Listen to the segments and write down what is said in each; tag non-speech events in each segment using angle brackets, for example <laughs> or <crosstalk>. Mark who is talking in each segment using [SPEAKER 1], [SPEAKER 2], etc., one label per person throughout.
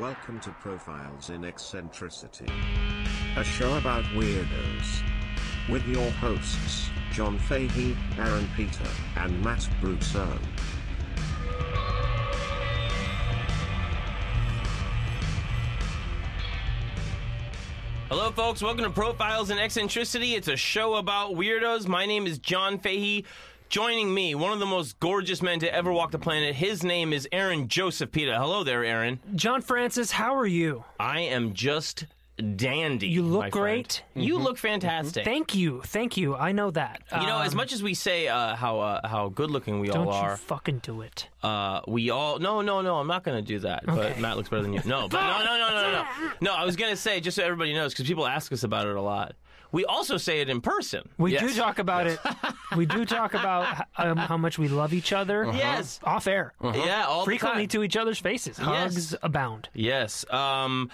[SPEAKER 1] Welcome to Profiles in Eccentricity, a show about weirdos. With your hosts, John Fahey, Aaron Peter, and Matt Brousseau.
[SPEAKER 2] Hello, folks. Welcome to Profiles in Eccentricity. It's a show about weirdos. My name is John Fahey. Joining me, one of the most gorgeous men to ever walk the planet. His name is Aaron Joseph Pita. Hello there, Aaron.
[SPEAKER 3] John Francis, how are you?
[SPEAKER 2] I am just dandy.
[SPEAKER 3] You look
[SPEAKER 2] my friend.
[SPEAKER 3] great. Mm-hmm.
[SPEAKER 2] You look fantastic.
[SPEAKER 3] Thank you, thank you. I know that.
[SPEAKER 2] you know, as much as we say uh, how uh, how good looking we
[SPEAKER 3] don't
[SPEAKER 2] all
[SPEAKER 3] you
[SPEAKER 2] are,
[SPEAKER 3] fucking do it.
[SPEAKER 2] uh, we all no no no. I'm not going to do that. But
[SPEAKER 3] Okay.
[SPEAKER 2] Matt looks better than you. No, but no no no no no. No, I was going to say just so everybody knows because people ask us about it a lot. We also say it in person.
[SPEAKER 3] We
[SPEAKER 2] Yes.
[SPEAKER 3] do talk about it. We do talk about h- um, how much we love each other.
[SPEAKER 2] Uh-huh. Yes.
[SPEAKER 3] off air,
[SPEAKER 2] Yeah, all the
[SPEAKER 3] Uh-huh. frequently
[SPEAKER 2] time.
[SPEAKER 3] to each other's faces. Hugs abound.
[SPEAKER 2] Yes. Um,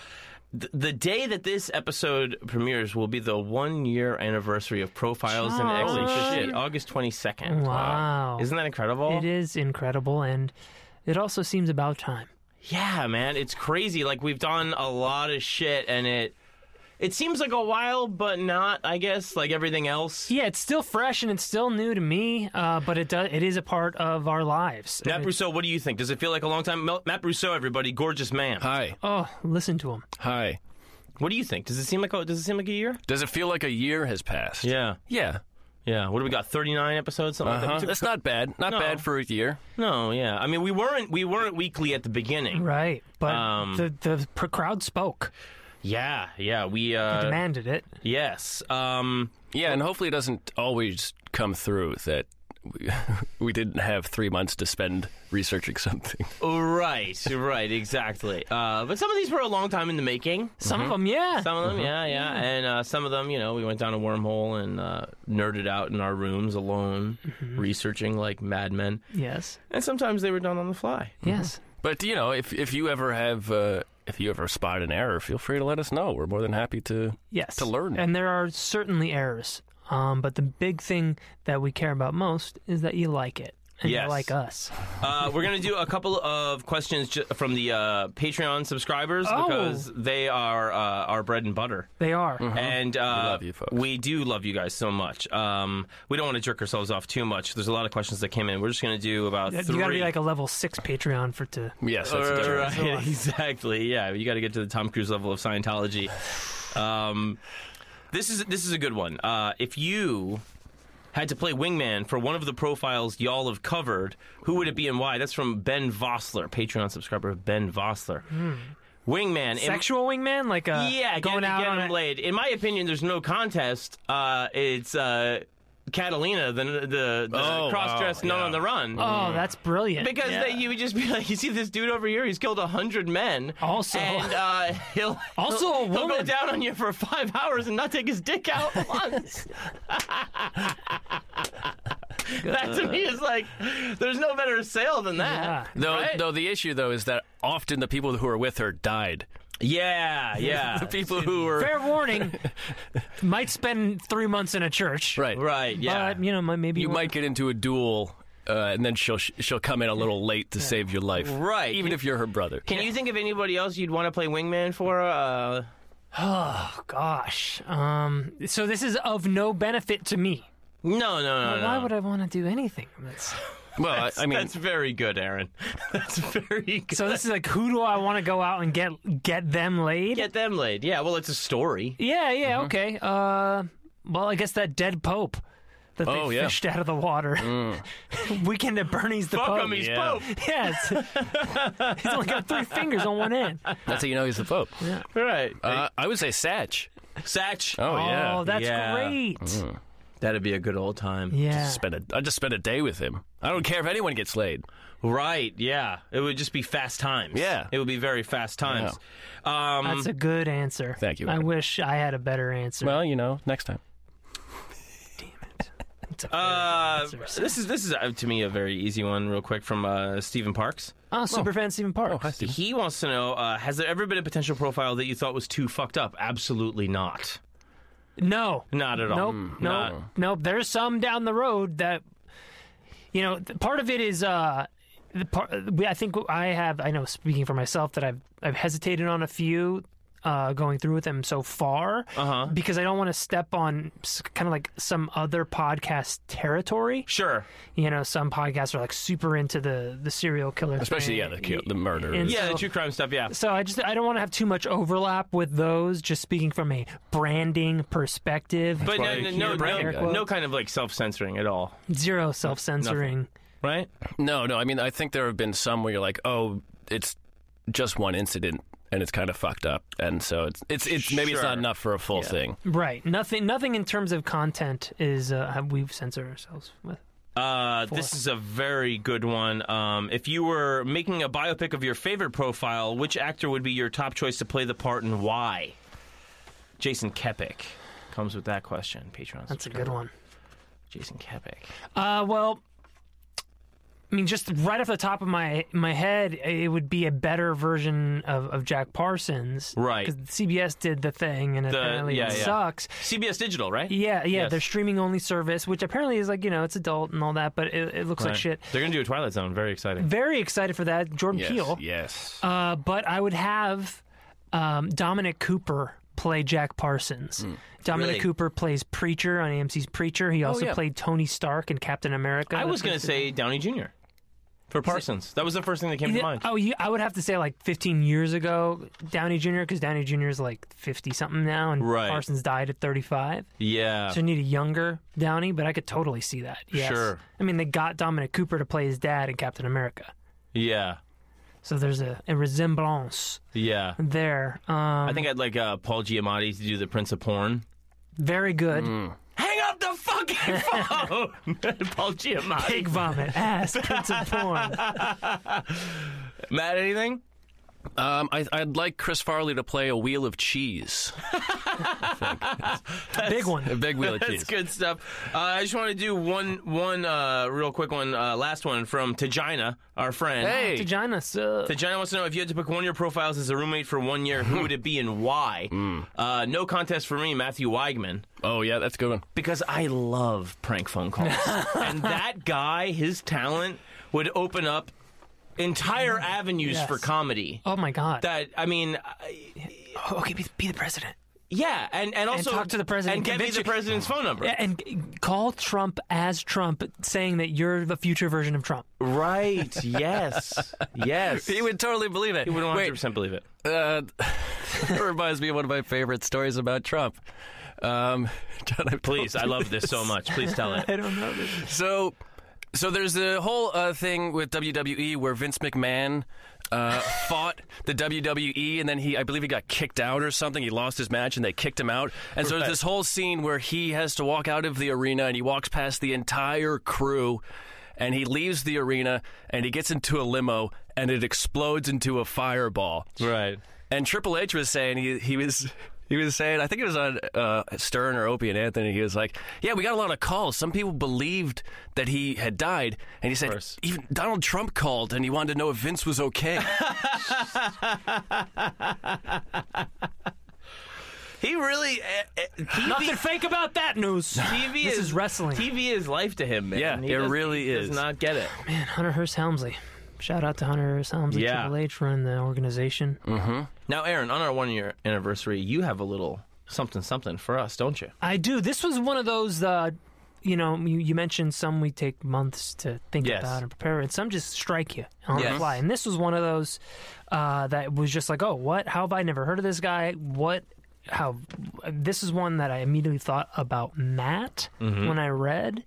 [SPEAKER 2] th- the day that this episode premieres will be the one year anniversary of Profiles and X
[SPEAKER 3] John.
[SPEAKER 2] and Shit, August 22nd.
[SPEAKER 3] Wow.
[SPEAKER 2] Isn't that incredible?
[SPEAKER 3] It is incredible, and it also seems about time.
[SPEAKER 2] Yeah, man. It's crazy. Like, we've done a lot of shit, and it. It seems like a while, but not, I guess, like everything else.
[SPEAKER 3] Yeah, it's still fresh and it's still new to me, uh, but it does. It is a part of our lives.
[SPEAKER 2] Matt Rousseau, what do you think? Does it feel like a long time? Mel- Matt Rousseau, everybody, gorgeous man.
[SPEAKER 4] Hi.
[SPEAKER 3] Oh, listen to him.
[SPEAKER 4] Hi.
[SPEAKER 2] What do you think? Does it seem like a, does it seem like a year?
[SPEAKER 4] Does it feel like a year has passed?
[SPEAKER 2] Yeah,
[SPEAKER 4] Yeah.
[SPEAKER 2] yeah. What do we got? Thirty nine episodes, something
[SPEAKER 4] Uh-huh.
[SPEAKER 2] like that.
[SPEAKER 4] That's not bad. Not
[SPEAKER 2] No.
[SPEAKER 4] bad for a year.
[SPEAKER 2] No, yeah. I mean, we weren't we weren't weekly at the beginning.
[SPEAKER 3] Right, but
[SPEAKER 2] Um,
[SPEAKER 3] the the pr- crowd spoke,
[SPEAKER 2] Yeah, yeah. We uh
[SPEAKER 3] demanded it.
[SPEAKER 2] yes. Um
[SPEAKER 4] Yeah, and hopefully it doesn't always come through that we, <laughs> we didn't have three months to spend researching something.
[SPEAKER 2] right, right, exactly. Uh but some of these were a long time in the making.
[SPEAKER 3] Some of them, Uh-huh. yeah.
[SPEAKER 2] mm-hmm. Some of them, yeah, yeah. And uh some of them, you know, we went down a wormhole and uh nerded out in our rooms alone,
[SPEAKER 3] Mm-hmm.
[SPEAKER 2] researching like madmen.
[SPEAKER 3] Yes.
[SPEAKER 2] And sometimes they were done on the fly.
[SPEAKER 3] Yes.
[SPEAKER 4] But you know, if if you ever have uh, if you ever spot an error, feel free to let us know. We're more than happy to.
[SPEAKER 3] Yes.
[SPEAKER 4] To learn.
[SPEAKER 3] And there are certainly errors. Um, but the big thing that we care about most is that you like it. And
[SPEAKER 2] Yes.
[SPEAKER 3] you like us.
[SPEAKER 2] Uh, we're going to do a couple of questions ju- from the uh, Patreon subscribers
[SPEAKER 3] Oh.
[SPEAKER 2] because they are uh, our bread and butter.
[SPEAKER 3] They are.
[SPEAKER 2] And uh, we
[SPEAKER 4] Uh-huh. love you, folks.
[SPEAKER 2] do love you guys so much. Um, we don't want to jerk ourselves off too much. There's a lot of questions that came in. We're just going to do about
[SPEAKER 3] Uh, You
[SPEAKER 2] three.
[SPEAKER 3] gotta be like a level six Patreon for to
[SPEAKER 4] Yes,
[SPEAKER 2] <laughs>
[SPEAKER 4] that's
[SPEAKER 2] Right,
[SPEAKER 3] <laughs>
[SPEAKER 4] a different.
[SPEAKER 2] right, <laughs> exactly. Yeah, you got to get to the Tom Cruise level of Scientology. Um, this is this is a good one. Uh, if you had to play wingman for one of the profiles y'all have covered, who would it be and why? That's from Ben Vossler, Patreon subscriber Ben Vossler. Wingman, in-
[SPEAKER 3] Hmm. sexual wingman, like uh
[SPEAKER 2] yeah,
[SPEAKER 3] going
[SPEAKER 2] get,
[SPEAKER 3] out
[SPEAKER 2] get
[SPEAKER 3] on
[SPEAKER 2] him
[SPEAKER 3] a-
[SPEAKER 2] laid. In my opinion, there's no contest. Uh, it's uh, Catalina, the the, the
[SPEAKER 4] Oh,
[SPEAKER 2] cross-dressed
[SPEAKER 4] wow,
[SPEAKER 2] nun
[SPEAKER 4] yeah.
[SPEAKER 2] on the run.
[SPEAKER 3] Oh, that's brilliant.
[SPEAKER 2] because
[SPEAKER 3] Yeah.
[SPEAKER 2] they, you would just be like, <laughs> you see this dude over here, he's killed a hundred men.
[SPEAKER 3] Also-
[SPEAKER 2] and uh, <laughs> he'll
[SPEAKER 3] <laughs> Also a
[SPEAKER 2] he'll, he'll go
[SPEAKER 3] woman.
[SPEAKER 2] down on you for five <laughs> hours and not take his dick
[SPEAKER 3] <laughs>
[SPEAKER 2] out once. <laughs> that to me is like, there's no better sale than that.
[SPEAKER 3] Yeah.
[SPEAKER 4] Though,
[SPEAKER 2] Right?
[SPEAKER 4] though the issue though is that often the people who are with her died.
[SPEAKER 2] Yeah, yeah.
[SPEAKER 4] <laughs>
[SPEAKER 3] <laughs>
[SPEAKER 4] The people who were
[SPEAKER 3] fair
[SPEAKER 2] <laughs>
[SPEAKER 3] warning. might spend three months in a church.
[SPEAKER 4] right,
[SPEAKER 2] right, yeah.
[SPEAKER 3] But you know, might- maybe
[SPEAKER 4] you might get into a duel, uh, and then she'll she'll come in a little late to save your life,
[SPEAKER 2] Right.
[SPEAKER 4] Even if you're her brother.
[SPEAKER 2] Can you think of anybody else you'd want to play wingman for? Uh,
[SPEAKER 3] Oh gosh. Um so this is of no benefit to me.
[SPEAKER 2] no, no, no, no.
[SPEAKER 3] Why would I want to do anything? That's-
[SPEAKER 4] Well,
[SPEAKER 2] <laughs>
[SPEAKER 4] I, I mean,
[SPEAKER 2] that's very good, Aaron. <laughs> That's very good.
[SPEAKER 3] So this is like, who do I want to go out and get get them laid?
[SPEAKER 2] Get them laid. Yeah, well, it's a story.
[SPEAKER 3] yeah, yeah,
[SPEAKER 4] Mm-hmm.
[SPEAKER 3] okay. Uh, well, I guess that dead pope that they
[SPEAKER 4] Oh, yeah. Mm.
[SPEAKER 3] fished out of the water. <laughs> Weekend at Bernie's the
[SPEAKER 2] Fuck
[SPEAKER 3] pope.
[SPEAKER 2] him, he's
[SPEAKER 4] yeah.
[SPEAKER 2] Pope.
[SPEAKER 3] <laughs> Yes, he's only got three fingers on one
[SPEAKER 4] <laughs>
[SPEAKER 3] end.
[SPEAKER 4] that's how you know he's the pope.
[SPEAKER 2] Right.
[SPEAKER 4] Uh, I would say Satch.
[SPEAKER 2] Satch.
[SPEAKER 4] Oh, yeah. Mm.
[SPEAKER 3] oh, that's
[SPEAKER 2] Yeah.
[SPEAKER 3] great.
[SPEAKER 2] That'd be a good old time.
[SPEAKER 3] Yeah,
[SPEAKER 4] Spend a, I just spend a day with him. I don't care if anyone gets laid.
[SPEAKER 2] Right, yeah. It would just be fast times.
[SPEAKER 4] Yeah.
[SPEAKER 2] It would be very fast times. Um,
[SPEAKER 3] that's a good answer.
[SPEAKER 4] Thank you,
[SPEAKER 3] I
[SPEAKER 4] Adam.
[SPEAKER 3] wish I had a better answer.
[SPEAKER 4] Well, you know, next time.
[SPEAKER 3] It's a fair
[SPEAKER 2] uh,
[SPEAKER 3] answer.
[SPEAKER 2] this is this is uh, to me a very easy one, real quick from uh, Stephen Parks.
[SPEAKER 3] oh, super fan Stephen Parks.
[SPEAKER 2] He wants to know: uh, Has there ever been a potential profile that you thought was too fucked up? Absolutely not.
[SPEAKER 3] No,
[SPEAKER 2] Not at all.
[SPEAKER 3] Nope, nope, nope. There's some down the road that, you know, th- part of it is uh, the part we- I think I have I know speaking for myself that I've I've hesitated on a few uh, going through with them so far
[SPEAKER 2] Uh-huh.
[SPEAKER 3] because I don't want to step on kind of like some other podcast territory.
[SPEAKER 2] Sure.
[SPEAKER 3] You know, some podcasts are like super into the the serial killer,
[SPEAKER 4] Especially, yeah,
[SPEAKER 3] thing.
[SPEAKER 4] the kill, the murder.
[SPEAKER 3] And-
[SPEAKER 2] Yeah, the
[SPEAKER 3] So-
[SPEAKER 2] true crime stuff. Yeah.
[SPEAKER 3] So I just I don't want to have too much overlap with those. Just speaking from a branding perspective,
[SPEAKER 2] But
[SPEAKER 4] why
[SPEAKER 2] no,
[SPEAKER 4] you
[SPEAKER 2] no,
[SPEAKER 4] can't
[SPEAKER 2] no,
[SPEAKER 4] brag
[SPEAKER 2] no,
[SPEAKER 3] about it.
[SPEAKER 2] no kind of like self censoring at all,
[SPEAKER 3] zero self censoring.
[SPEAKER 2] right?
[SPEAKER 4] No, no. I mean, I think there have been some where you're like, oh, it's just one incident and it's kind of fucked up, and so it's it's, it's maybe it's
[SPEAKER 2] Sure.
[SPEAKER 4] not enough for a full thing.
[SPEAKER 3] Right. Nothing. Nothing in terms of content is uh, how we've censored ourselves with.
[SPEAKER 2] Uh, this is a very good one. Um, if you were making a biopic of your favorite profile, which actor would be your top choice to play the part and why? Jason Kepik comes with that question. Patreon.
[SPEAKER 3] That's a good one.
[SPEAKER 2] Jason Kepik.
[SPEAKER 3] Uh, well, I mean, just right off the top of my my head, it would be a better version of, of Jack Parsons,
[SPEAKER 2] Right.
[SPEAKER 3] Because CBS did the thing, and apparently
[SPEAKER 2] yeah,
[SPEAKER 3] it
[SPEAKER 2] yeah.
[SPEAKER 3] sucks.
[SPEAKER 2] CBS Digital, right?
[SPEAKER 3] Yeah, yeah,
[SPEAKER 2] Yes.
[SPEAKER 3] their streaming only service, which apparently is like you know it's adult and all that, but it, it looks
[SPEAKER 2] Right.
[SPEAKER 3] like shit.
[SPEAKER 2] They're gonna do a Twilight Zone. Very exciting.
[SPEAKER 3] Very excited for that, Jordan Peele.
[SPEAKER 4] yes.
[SPEAKER 3] Uh, but I would have um, Dominic Cooper play Jack Parsons. Dominic
[SPEAKER 2] Hmm. Really? Oh,
[SPEAKER 3] Cooper plays Preacher on AMC's Preacher. He also
[SPEAKER 4] yeah.
[SPEAKER 3] played Tony Stark in Captain America.
[SPEAKER 2] I was
[SPEAKER 3] That's-
[SPEAKER 2] gonna say Downey Jr. for Parsons. That was the first thing that came to
[SPEAKER 3] Yeah,
[SPEAKER 2] mind.
[SPEAKER 3] Oh, you, I would have to say like 15 years ago, Downey Jr. because Downey Jr. is like 50 something now, and
[SPEAKER 2] Right.
[SPEAKER 3] Parsons died at 35.
[SPEAKER 2] Yeah.
[SPEAKER 3] So I need a younger Downey, but I could totally see that. Yes.
[SPEAKER 2] Sure.
[SPEAKER 3] I mean, they got Dominic Cooper to play his dad in Captain America,
[SPEAKER 2] Yeah.
[SPEAKER 3] so there's a, a resemblance
[SPEAKER 2] Yeah.
[SPEAKER 3] there. Um,
[SPEAKER 2] I think I'd like uh, Paul Giamatti to do the Prince of Porn.
[SPEAKER 3] very good.
[SPEAKER 2] Hang up the fucking phone, <laughs> Paul Giamatti. <laughs>
[SPEAKER 3] Pig vomit, ass, prince of porn.
[SPEAKER 2] Matt, anything?
[SPEAKER 4] Um, I, I'd like Chris Farley to play a wheel of cheese,
[SPEAKER 3] Big
[SPEAKER 4] a
[SPEAKER 3] one.
[SPEAKER 4] big wheel <laughs> of
[SPEAKER 2] That's
[SPEAKER 4] cheese.
[SPEAKER 2] good stuff. Uh, I just want to do one, one uh, real quick one, uh, last one from Tajina, our friend.
[SPEAKER 4] Hey.
[SPEAKER 3] Vagina sucks.
[SPEAKER 2] Tajina wants to know if you had to pick one of your profiles as a roommate for one year, who would it be and why? Uh, no contest for me, Matthew Weigman.
[SPEAKER 4] Oh yeah, that's a good one.
[SPEAKER 2] because I love prank phone calls. and that guy, his talent would open up entire avenues
[SPEAKER 3] Yes.
[SPEAKER 2] for comedy.
[SPEAKER 3] Oh my god.
[SPEAKER 2] That I mean, I,
[SPEAKER 3] Oh, okay, be, be the president.
[SPEAKER 2] yeah, and and also
[SPEAKER 3] talk to the president,
[SPEAKER 2] and get me
[SPEAKER 3] convince
[SPEAKER 2] the
[SPEAKER 3] you-
[SPEAKER 2] president's phone number.
[SPEAKER 3] Yeah, And g- call Trump as Trump, saying that you're the future version of Trump.
[SPEAKER 2] Right? <laughs> Yes. yes.
[SPEAKER 4] He would totally believe it. He
[SPEAKER 2] would 100
[SPEAKER 4] Wait,
[SPEAKER 2] percent believe it.
[SPEAKER 4] Uh, <laughs> it reminds me of one of my favorite stories about Trump. Um, <laughs> John, I've
[SPEAKER 2] Please, I love this so much. Please
[SPEAKER 3] <laughs>
[SPEAKER 2] tell it.
[SPEAKER 3] I don't know. This.
[SPEAKER 4] So, so there's the whole uh, thing with WWE where Vince McMahon uh, <laughs> fought the WWE, and then he, I believe, he got kicked out or something. He lost his match, and they kicked him out. And so there's this whole scene where he has to walk out of the arena, and he walks past the entire crew, and he leaves the arena, and he gets into a limo, and it explodes into a fireball.
[SPEAKER 2] Right.
[SPEAKER 4] And Triple H was saying he he was he was saying I think it was on uh, Stern or Opie and Anthony. He was like, "Yeah, we got a lot of calls. Some people believed that he had died." And he said,
[SPEAKER 2] course.
[SPEAKER 4] "Even Donald Trump called and he wanted to know if Vince was okay."
[SPEAKER 2] <laughs> He really. Uh, uh,
[SPEAKER 3] Nothing fake about
[SPEAKER 2] <laughs>
[SPEAKER 3] that news.
[SPEAKER 2] TV
[SPEAKER 3] This is wrestling.
[SPEAKER 2] TV is life to him, man.
[SPEAKER 4] Yeah,
[SPEAKER 2] He
[SPEAKER 4] it
[SPEAKER 2] does-
[SPEAKER 4] really
[SPEAKER 2] he
[SPEAKER 4] is.
[SPEAKER 2] Does not get it.
[SPEAKER 3] Man, Hunter Hearst Helmsley. Shout out to Hunter Hearst Helmsley,
[SPEAKER 2] Yeah.
[SPEAKER 3] Triple H, running the organization.
[SPEAKER 2] Now, Aaron, on our one year anniversary, you have a little something something for us, don't you?
[SPEAKER 3] I do. This was one of those. Uh, you know, you, you mentioned some we take months to think
[SPEAKER 2] Yes.
[SPEAKER 3] about and prepare, and some just strike you on
[SPEAKER 2] Yes.
[SPEAKER 3] the fly. And this was one of those uh, that was just like, oh, what? How have I never heard of this guy? What? How? This is one that I immediately thought about Matt
[SPEAKER 2] Mm-hmm.
[SPEAKER 3] when I read.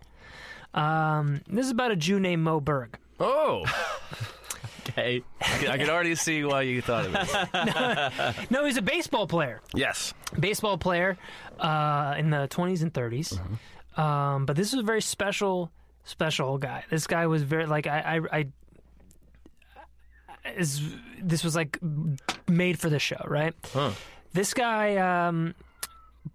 [SPEAKER 3] Um, this is about a Jew named Mo Berg.
[SPEAKER 4] oh,
[SPEAKER 2] Okay.
[SPEAKER 4] I can- I can already see why you thought of
[SPEAKER 2] <laughs>
[SPEAKER 4] it.
[SPEAKER 3] No, he's a baseball player.
[SPEAKER 4] Yes,
[SPEAKER 3] baseball player uh, in the 20s and 30s.
[SPEAKER 4] Uh-huh.
[SPEAKER 3] Um, but this was a very special, special guy. This guy was very like I, I, I is this was like made for the show, right? This guy um,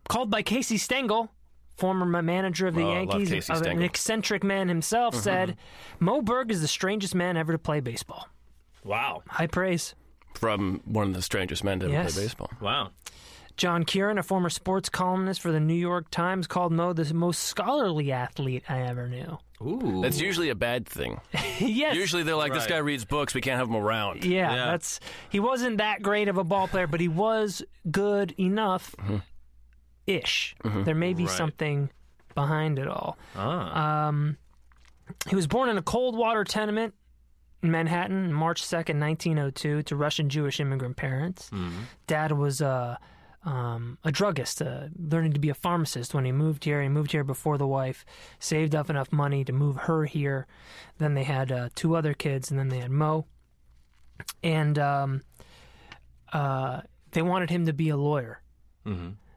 [SPEAKER 3] called by Casey Stengel. Former ma- manager of the
[SPEAKER 4] Oh, I love
[SPEAKER 3] Yankees,
[SPEAKER 4] Casey
[SPEAKER 3] of an
[SPEAKER 4] Stengel. Mm-hmm.
[SPEAKER 3] eccentric man himself, said, "Mo Berg is the strangest man ever to play baseball."
[SPEAKER 2] Wow.
[SPEAKER 3] High praise.
[SPEAKER 4] from one of the strangest men to ever
[SPEAKER 3] Yes.
[SPEAKER 4] play baseball.
[SPEAKER 2] Wow.
[SPEAKER 3] John Kieran, a former sports columnist for the New York Times, called Mo the most scholarly athlete I ever knew. <laughs>
[SPEAKER 2] Ooh.
[SPEAKER 4] That's usually a bad thing.
[SPEAKER 3] yes.
[SPEAKER 4] Usually they're like, this
[SPEAKER 2] Right.
[SPEAKER 4] guy reads books. We can't have him around.
[SPEAKER 3] Yeah,
[SPEAKER 2] Yeah.
[SPEAKER 3] that's he wasn't that great of a ball player, but he was good enough ish. There may be
[SPEAKER 2] Mm-hmm. Right.
[SPEAKER 3] something behind it all.
[SPEAKER 2] ah.
[SPEAKER 3] He was born in a cold water tenement in Manhattan, March 2nd, 1902, to Russian Jewish immigrant parents. Dad was a, um, a druggist, uh, learning to be a pharmacist when he moved here. He moved here before the wife, saved up enough money to move her here. Then they had uh, two other kids, and then they had Mo. And um, uh, they wanted him to be a lawyer.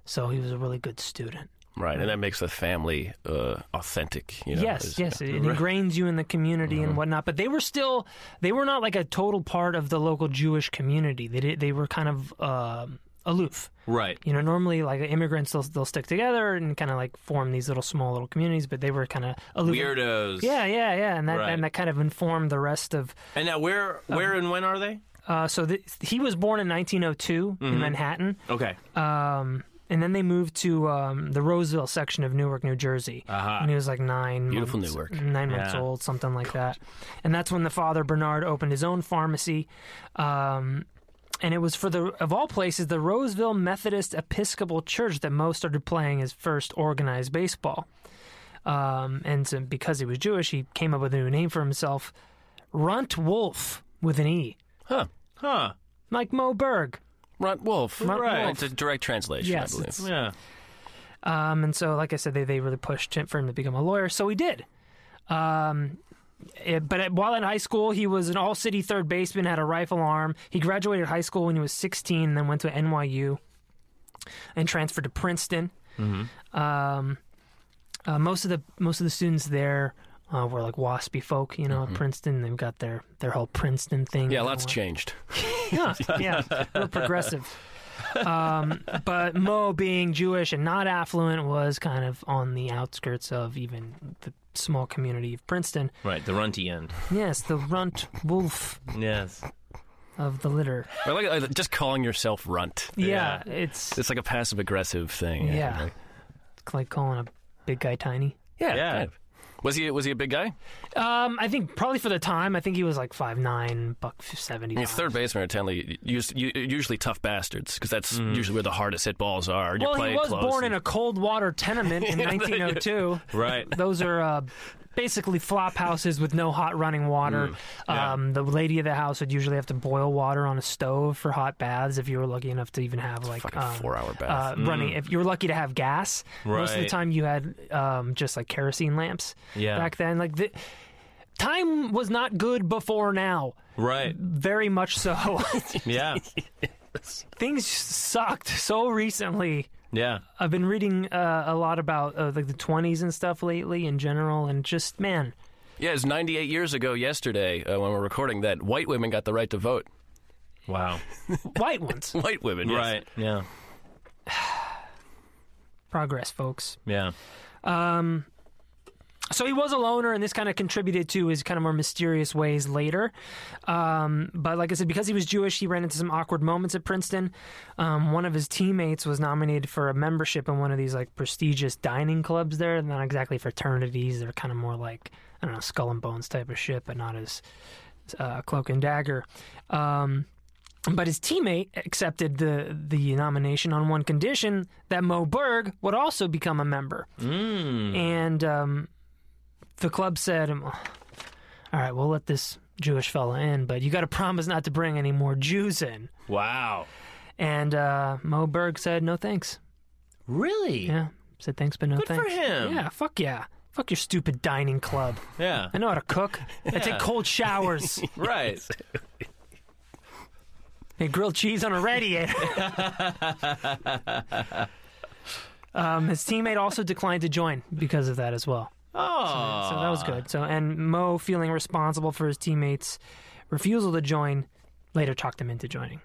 [SPEAKER 3] So he was a really good student.
[SPEAKER 4] Right. And that makes the family uh, authentic. You know,
[SPEAKER 3] yes,
[SPEAKER 4] is-
[SPEAKER 3] yes, it ingrains you in the community
[SPEAKER 4] Mm-hmm.
[SPEAKER 3] and whatnot. But they were still, they were not like a total part of the local Jewish community. They did, they were kind of um aloof.
[SPEAKER 2] right.
[SPEAKER 3] You know, normally like immigrants, they'll they'll stick together and kind of like form these little small little communities. But they were kind of aloof.
[SPEAKER 2] Weirdos.
[SPEAKER 3] Yeah, yeah, yeah, and that
[SPEAKER 2] Right.
[SPEAKER 3] and that kind of informed the rest of.
[SPEAKER 2] And now where where and when are they?
[SPEAKER 3] Uh, so th- he was born in 1902
[SPEAKER 4] Mm-hmm.
[SPEAKER 3] in Manhattan,
[SPEAKER 2] Okay.
[SPEAKER 3] um, and then they moved to um, the Roseville section of Newark, New Jersey.
[SPEAKER 2] Aha.
[SPEAKER 3] When he was like nine,
[SPEAKER 4] Uh-huh. Beautiful
[SPEAKER 3] months,
[SPEAKER 4] Newark.
[SPEAKER 3] nine months
[SPEAKER 2] Yeah.
[SPEAKER 3] old, something like that. And that's when the father Bernard opened his own pharmacy, um, and it was for the of all places the Roseville Methodist Episcopal Church that Mo started playing his first organized baseball. Um, and so because he was Jewish, he came up with a new name for himself, Runt Wolf with an E,
[SPEAKER 4] Huh.
[SPEAKER 2] Huh.
[SPEAKER 3] like Mo Berg.
[SPEAKER 4] Runt Wolf.
[SPEAKER 3] Runt
[SPEAKER 2] Right.
[SPEAKER 3] Wolf.
[SPEAKER 4] It's a direct translation,
[SPEAKER 3] Yes,
[SPEAKER 4] I believe.
[SPEAKER 3] it's-
[SPEAKER 2] Yeah.
[SPEAKER 3] Um, and so, like I said, they, they really pushed him for him to become a lawyer. So he did. Um, it- but at, while in high school, he was an all city third baseman, had a rifle arm. He graduated high school when he was 16, and then went to NYU and transferred to Princeton.
[SPEAKER 4] Mm-hmm.
[SPEAKER 3] Um, uh, most of the most of the students there uh, were like waspy folk, you know. at Princeton, they've got their their whole Princeton thing.
[SPEAKER 4] Mm-hmm. Yeah,
[SPEAKER 3] and
[SPEAKER 4] lots
[SPEAKER 3] all that.
[SPEAKER 4] changed.
[SPEAKER 3] Yeah, <laughs> yeah, real progressive. Um, but Mo, being Jewish and not affluent, was kind of on the outskirts of even the small community of Princeton.
[SPEAKER 2] Right. The runty end.
[SPEAKER 3] Yes, the runt wolf
[SPEAKER 2] Yes.
[SPEAKER 3] of the litter.
[SPEAKER 4] I like, I like just calling yourself Runt.
[SPEAKER 3] Yeah, it's
[SPEAKER 4] It's like a passive aggressive thing.
[SPEAKER 3] Yeah.
[SPEAKER 4] Like-
[SPEAKER 3] like calling a big guy tiny.
[SPEAKER 4] yeah.
[SPEAKER 2] Yeah.
[SPEAKER 4] kind of. Was he was he a big guy?
[SPEAKER 3] Um, I think probably for the time, I think he was like five nine, buck seventy.
[SPEAKER 4] I mean, third baseman are generally us- u- usually tough bastards because that's usually where the hardest hit balls are. You
[SPEAKER 3] Well,
[SPEAKER 4] play
[SPEAKER 3] he was
[SPEAKER 4] close
[SPEAKER 3] born
[SPEAKER 4] and-
[SPEAKER 3] in a cold water tenement
[SPEAKER 4] <laughs>
[SPEAKER 3] in 1902.
[SPEAKER 2] Right.
[SPEAKER 3] Those are uh, basically flop houses with no hot running water.
[SPEAKER 4] Mm,
[SPEAKER 2] yeah.
[SPEAKER 3] um, the lady of the house would usually have to boil water on a stove for hot baths if you were lucky enough to even have like
[SPEAKER 4] fucking
[SPEAKER 3] um,
[SPEAKER 4] four-hour
[SPEAKER 3] uh,
[SPEAKER 4] bath. Mm.
[SPEAKER 3] running. If you were lucky to have gas, most of the
[SPEAKER 2] Right.
[SPEAKER 3] time you had um, just like kerosene lamps
[SPEAKER 2] Yeah.
[SPEAKER 3] back then. Like the time was not good before now.
[SPEAKER 2] Right.
[SPEAKER 3] Very much so. <laughs>
[SPEAKER 2] Yeah.
[SPEAKER 3] Things sucked so recently.
[SPEAKER 2] Yeah.
[SPEAKER 3] I've been reading uh, a lot about uh, like the 20s and stuff lately in general, and just man,
[SPEAKER 4] Yeah, it's 98 years ago yesterday uh, when we're recording that white women got the right to vote. <laughs>
[SPEAKER 2] <laughs> Wow.
[SPEAKER 3] white ones. <laughs>
[SPEAKER 4] White women, yes. <laughs>
[SPEAKER 2] Right. Yeah.
[SPEAKER 3] Progress, folks.
[SPEAKER 2] Yeah.
[SPEAKER 3] So he was a loner, and this kind of contributed to his kind of more mysterious ways later. Um, but like I said, because he was Jewish, he ran into some awkward moments at Princeton. Um, one of his teammates was nominated for a membership in one of these like prestigious dining clubs there, and not exactly fraternities. They're kind of more like I don't know skull and bones type of shit, but not as uh, cloak and dagger. Um, but his teammate accepted the the nomination on one condition that Mo Berg would also become a member. And um, the club said, "All right, we'll let this Jewish fella in, but you got to promise not to bring any more Jews in."
[SPEAKER 2] Wow.
[SPEAKER 3] And uh, Mo Berg said, "No thanks."
[SPEAKER 2] Really?
[SPEAKER 3] Yeah, said thanks, but no
[SPEAKER 2] Good for
[SPEAKER 3] thanks.
[SPEAKER 2] him.
[SPEAKER 3] Yeah, fuck yeah, fuck your stupid dining club.
[SPEAKER 2] Yeah.
[SPEAKER 3] I know how to cook. I take
[SPEAKER 2] <laughs>
[SPEAKER 3] cold showers.
[SPEAKER 2] Right.
[SPEAKER 3] and grilled cheese on
[SPEAKER 2] <laughs>
[SPEAKER 3] a radiator. um, his teammate also declined to join because of that as well.
[SPEAKER 2] Oh.
[SPEAKER 3] So that was good. So and Mo feeling responsible for his teammates' refusal to join later talked him into joining.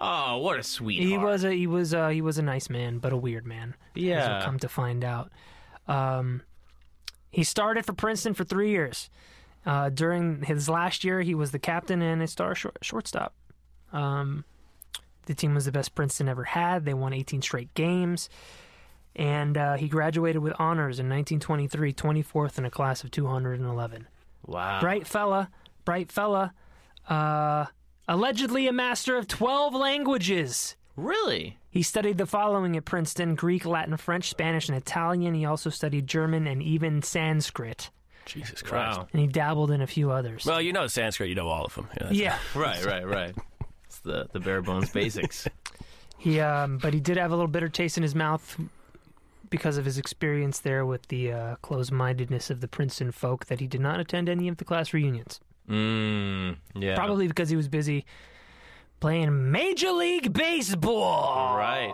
[SPEAKER 2] Oh, what a sweetheart.
[SPEAKER 3] He was a he was a, he was a nice man, but a weird man. as
[SPEAKER 2] Yeah.
[SPEAKER 3] we'll come to find out. Um, he started for Princeton for three years. Uh, during his last year, he was the captain and a star short, shortstop. Um, the team was the best Princeton ever had. They won 18 straight games. and uh, he graduated with honors in 1923, 24th in a class of 211.
[SPEAKER 2] Wow.
[SPEAKER 3] Bright fella, bright fella. Uh, allegedly a master of 12 languages.
[SPEAKER 2] Really?
[SPEAKER 3] He studied the following at Princeton Greek, Latin, French, Spanish, and Italian. He also studied German and even Sanskrit.
[SPEAKER 4] Jesus Christ.
[SPEAKER 2] Wow.
[SPEAKER 3] And he dabbled in a few others.
[SPEAKER 4] Well, you know Sanskrit, you know all of them. Yeah. that's-
[SPEAKER 3] yeah.
[SPEAKER 2] Right, right, right. <laughs> It's the, the bare <laughs> bones basics.
[SPEAKER 3] He, um, but he did have a little bitter taste in his mouth because of his experience there with the uh, closed-mindedness of the Princeton folk that he did not attend any of the class reunions.
[SPEAKER 2] Mm, yeah.
[SPEAKER 3] Probably because he was busy playing Major League Baseball.
[SPEAKER 2] Right.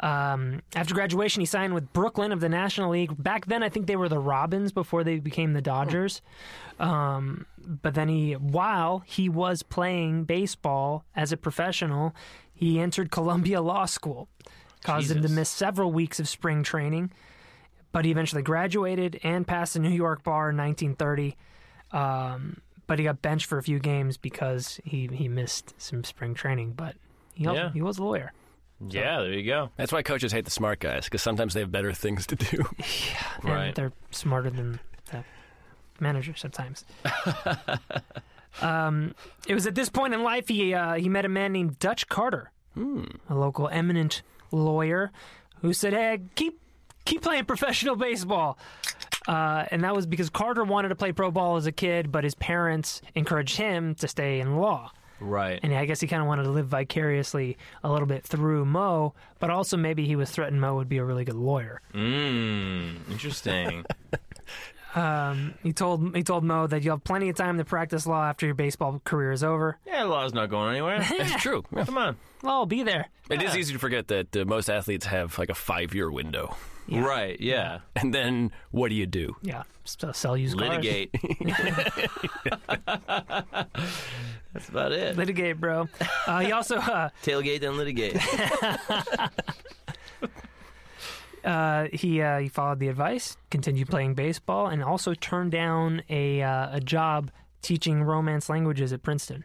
[SPEAKER 3] Um, after graduation, he signed with Brooklyn of the National League. Back then, I think they were the Robins before they became the Dodgers. Um, but then he, while he was playing baseball as a professional, he entered Columbia Law School, caused him to
[SPEAKER 2] Jesus.
[SPEAKER 3] miss several weeks of spring training. But he eventually graduated and passed the New York bar in 1930. Um, but he got benched for a few games because he, he missed some spring training. But he, also,
[SPEAKER 2] Yeah.
[SPEAKER 3] he was a lawyer.
[SPEAKER 2] Yeah, there you go.
[SPEAKER 4] That's why coaches hate the smart guys because sometimes they have better things to do.
[SPEAKER 3] and
[SPEAKER 2] Right.
[SPEAKER 3] they're smarter than the manager
[SPEAKER 2] <laughs>
[SPEAKER 3] sometimes. um, it was at this point in life he uh, he met a man named Dutch Carter,
[SPEAKER 2] Hmm.
[SPEAKER 3] a local eminent lawyer, who said, "Hey, keep keep playing professional baseball." Uh, and that was because Carter wanted to play pro ball as a kid, but his parents encouraged him to stay in law.
[SPEAKER 2] Right.
[SPEAKER 3] And I guess he kind of wanted to live vicariously a little bit through Mo, but also maybe he was threatened Mo would be a really good lawyer.
[SPEAKER 2] Mm, <laughs> interesting.
[SPEAKER 3] Um, he told he told Mo that you'll have plenty of time to practice law after your baseball career is over.
[SPEAKER 2] yeah, law's not going <laughs> anywhere.
[SPEAKER 4] It's true. Yeah.
[SPEAKER 2] Come on.
[SPEAKER 3] Well, I'll be there.
[SPEAKER 4] It is easy to forget that uh, most athletes have like a five year window.
[SPEAKER 2] Right, yeah.
[SPEAKER 4] And then what do you do?
[SPEAKER 3] Yeah, so sell used cars.
[SPEAKER 2] Litigate. <laughs> That's about it.
[SPEAKER 3] litigate, bro. Uh, he also <laughs> uh,
[SPEAKER 2] Tailgate then litigate.
[SPEAKER 3] uh, he uh, he followed the advice, continued playing baseball, and also turned down a uh, a job teaching Romance languages at Princeton.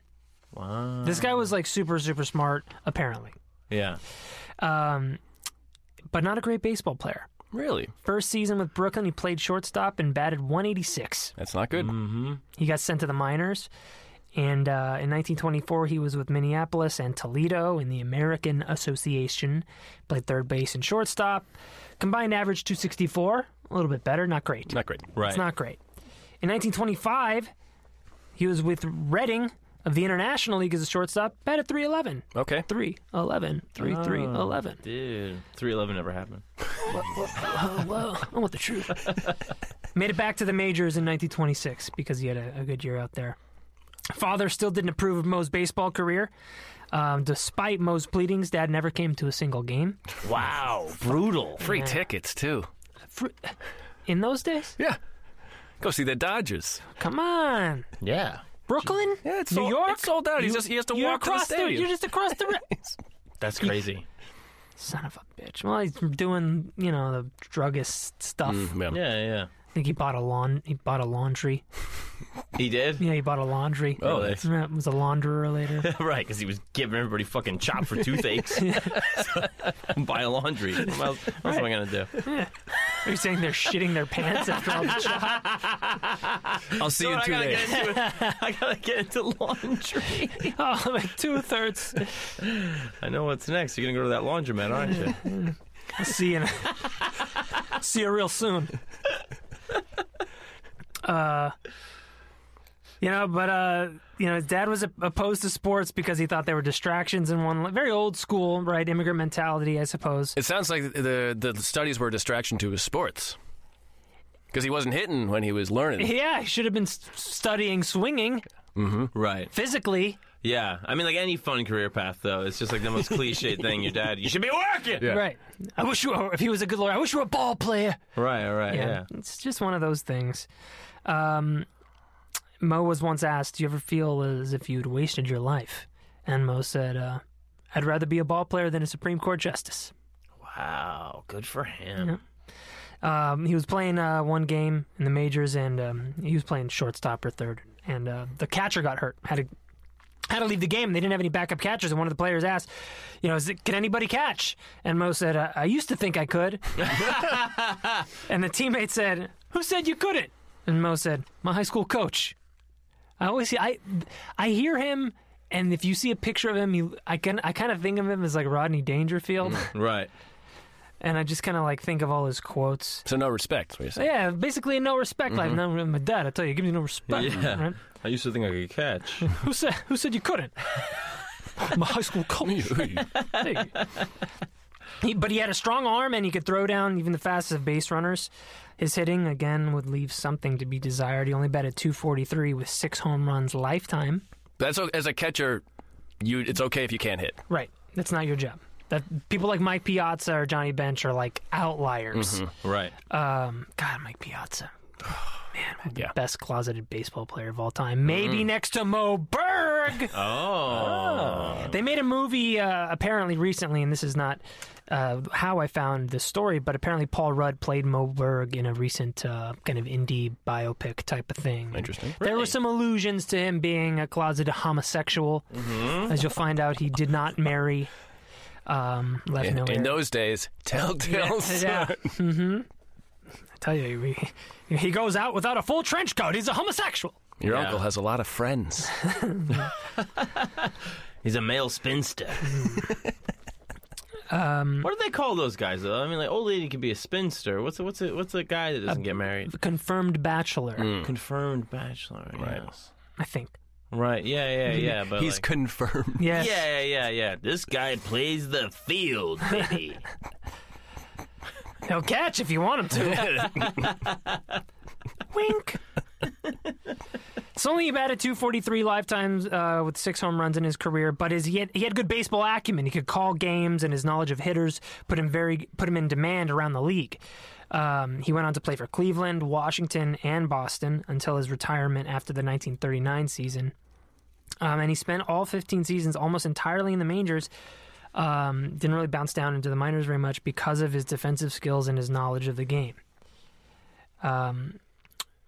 [SPEAKER 2] wow.
[SPEAKER 3] This guy was like super super smart, apparently,
[SPEAKER 2] <laughs> Yeah.
[SPEAKER 3] um, but not a great baseball player.
[SPEAKER 4] Really?
[SPEAKER 3] First season with Brooklyn, he played shortstop and batted 186.
[SPEAKER 4] That's not good.
[SPEAKER 2] Mm.
[SPEAKER 3] He got sent to the minors. And uh, in 1924, he was with Minneapolis and Toledo in the American Association. Played third base and shortstop. Combined average 264. A little bit better. Not great.
[SPEAKER 4] Not great.
[SPEAKER 2] Right.
[SPEAKER 3] It's not great. In 1925, he was with Reading of the International League as a shortstop. Batted 311.
[SPEAKER 4] Okay.
[SPEAKER 3] 311. 3311.
[SPEAKER 2] Dude, 311 never happened.
[SPEAKER 3] Oh, Whoa, <laughs> I want the truth. Made it back to the majors in 1926 because he had a, a good year out there. Father still didn't approve of Moe's baseball career. Um, despite Moe's pleadings, Dad never came to a single game.
[SPEAKER 2] Wow. Brutal.
[SPEAKER 4] Free tickets, too.
[SPEAKER 3] Fr- In those days?
[SPEAKER 4] Yeah. Go see the Dodgers.
[SPEAKER 3] Come on.
[SPEAKER 2] Yeah.
[SPEAKER 3] Brooklyn?
[SPEAKER 4] Yeah, it's
[SPEAKER 3] New
[SPEAKER 4] sold-
[SPEAKER 3] York?
[SPEAKER 4] it's sold out. He's just- he has to
[SPEAKER 3] you're
[SPEAKER 4] walk to the
[SPEAKER 3] across
[SPEAKER 4] stadium.
[SPEAKER 3] you're just across the...
[SPEAKER 4] <laughs>
[SPEAKER 3] Re-
[SPEAKER 2] That's crazy.
[SPEAKER 3] Son of a bitch. Well, he's doing, you know, the druggist stuff.
[SPEAKER 4] Man.
[SPEAKER 2] Mm, Yeah, yeah.
[SPEAKER 3] I think he bought a lawn. He bought a laundry.
[SPEAKER 2] He <laughs> did?
[SPEAKER 3] Yeah, he bought a laundry.
[SPEAKER 4] Oh, nice.
[SPEAKER 3] Yeah, it was a launderer later.
[SPEAKER 2] Right, because he was giving everybody fucking chop for <laughs> toothaches. <laughs> Buy a laundry. What else, what else am I going to do?
[SPEAKER 3] Are you saying they're shitting their pants after all the shot?
[SPEAKER 4] I'll see
[SPEAKER 2] Dude,
[SPEAKER 4] you in
[SPEAKER 2] I
[SPEAKER 4] two
[SPEAKER 2] gotta
[SPEAKER 4] days.
[SPEAKER 2] get into, <laughs> I gotta get into laundry.
[SPEAKER 3] Oh, like two thirds.
[SPEAKER 2] I know what's next. You're gonna go to that laundromat, aren't you?
[SPEAKER 3] See you. in- See you real soon. Uh, you know, but uh, you know, his dad was op- opposed to sports because he thought they were distractions and one very old school, right? Immigrant mentality, I suppose.
[SPEAKER 4] It sounds like the, the studies were a distraction to his sports because he wasn't hitting when he was learning.
[SPEAKER 3] Yeah, he should have been s- studying swinging
[SPEAKER 2] <laughs> Right.
[SPEAKER 3] physically.
[SPEAKER 2] Yeah. I mean, like any fun career path, though, it's just like the most <laughs> cliche thing. Your dad, you should be working.
[SPEAKER 4] Yeah.
[SPEAKER 3] Right. I wish you were, if he was a good lawyer, I wish you were a ball player.
[SPEAKER 2] Right. Right. Yeah.
[SPEAKER 3] It's just one of those things. Um, Mo was once asked, Do you ever feel as if you'd wasted your life? And Mo said, uh, I'd rather be a ball player than a Supreme Court justice.
[SPEAKER 2] Wow. Good for him.
[SPEAKER 3] Um, he was playing uh, one game in the majors, and um, he was playing shortstop or third. And uh, the catcher got hurt, had a had to leave the game. They didn't have any backup catchers, and one of the players asked, "You know, is it, can anybody catch?" And Mo said, uh, "I used to think I could," and the teammate said, "Who said you couldn't?" And Mo said, "My high school coach." I always see I, I hear him, and if you see a picture of him, he, I can I kind of think of him as like Rodney Dangerfield,
[SPEAKER 2] Right.
[SPEAKER 3] and I just kind of like think of all his quotes.
[SPEAKER 4] So no respect. What you're saying.
[SPEAKER 3] Yeah, basically no respect. Like no, my dad, I tell you, give me no respect.
[SPEAKER 2] Yeah.
[SPEAKER 3] right?
[SPEAKER 2] I used to think I could catch.
[SPEAKER 3] Who said Who said you couldn't? My high school coach. He- but he had a strong arm and he could throw down even the fastest of base runners. His hitting again would leave something to be desired. He only batted 243 with six home runs lifetime.
[SPEAKER 4] That's o- as a catcher, you it's okay if you can't hit.
[SPEAKER 3] Right, that's not your job. That people like Mike Piazza or Johnny Bench are like outliers.
[SPEAKER 2] <laughs> right. Oh.
[SPEAKER 3] Um, God, Mike Piazza, <sighs> man, my
[SPEAKER 4] Yeah. Mm.
[SPEAKER 3] best closeted baseball player of all time. Maybe next to Mo
[SPEAKER 4] <laughs>
[SPEAKER 3] Berg.
[SPEAKER 2] Oh.
[SPEAKER 4] Um.
[SPEAKER 3] They made a movie uh, apparently recently, and this is not uh, how I found this story, but apparently Paul Rudd played Mo Berg in a recent uh, kind of indie biopic type of thing.
[SPEAKER 4] Interesting.
[SPEAKER 3] There were some allusions to him being a closeted homosexual.
[SPEAKER 4] Mm-hmm.
[SPEAKER 3] As you'll find out, he did not marry. Um, left
[SPEAKER 4] In,
[SPEAKER 3] no
[SPEAKER 4] in
[SPEAKER 3] heir.
[SPEAKER 4] those days, telltale sign.
[SPEAKER 3] <laughs> Yeah. hmm I tell you, he, he goes out without a full trench coat. He's a homosexual.
[SPEAKER 4] Your
[SPEAKER 2] Yeah.
[SPEAKER 4] uncle has a lot of friends. <laughs>
[SPEAKER 2] He's a male spinster. <laughs> um, what do they call those guys though? I mean, like old lady can be a spinster. What's a, what's a, what's a guy that doesn't get married? Hmm.
[SPEAKER 3] Confirmed bachelor,
[SPEAKER 2] Confirmed bachelor.
[SPEAKER 4] Right.
[SPEAKER 2] Yes.
[SPEAKER 3] I think.
[SPEAKER 2] Right. Yeah. Yeah. Yeah. But
[SPEAKER 4] He's
[SPEAKER 2] like-
[SPEAKER 4] confirmed.
[SPEAKER 3] Yes.
[SPEAKER 2] Yeah, yeah, yeah, yeah. This guy plays the <laughs> field, baby.
[SPEAKER 3] He'll catch if you want him to. Wink. it's only he batted 243 lifetimes uh, with six home runs in his career, but his, he, had, he had good baseball acumen. He could call games, and his knowledge of hitters put him very put him in demand around the league. Um, he went on to play for Cleveland, Washington, and Boston until his retirement after the 1939 season. Um, and he spent all 15 seasons almost entirely in the majors, um, didn't really bounce down into the minors very much because of his defensive skills and his knowledge of the game. Um,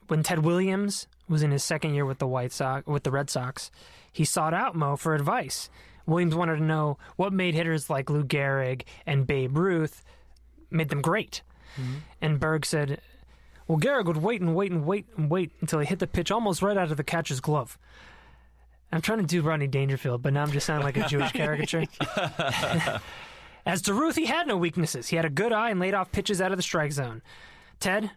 [SPEAKER 3] when Ted Williams was in his second year with the White Sox, with the Red Sox, he sought out Mo for advice. Williams wanted to know what made hitters like Lou Gehrig and Babe Ruth made them great. And Berg said, "Well, Gehrig would wait and wait and wait and wait until he hit the pitch almost right out of the catcher's glove." I'm trying to do Rodney Dangerfield, but now I'm just sounding like a Jewish caricature. As to Ruth, he had no weaknesses. He had a good eye and laid off pitches out of the strike zone. Ted,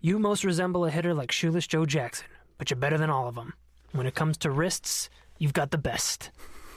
[SPEAKER 3] you most resemble a hitter like shoeless Joe Jackson, but you're better than all of them. When it comes to wrists, you've got the best.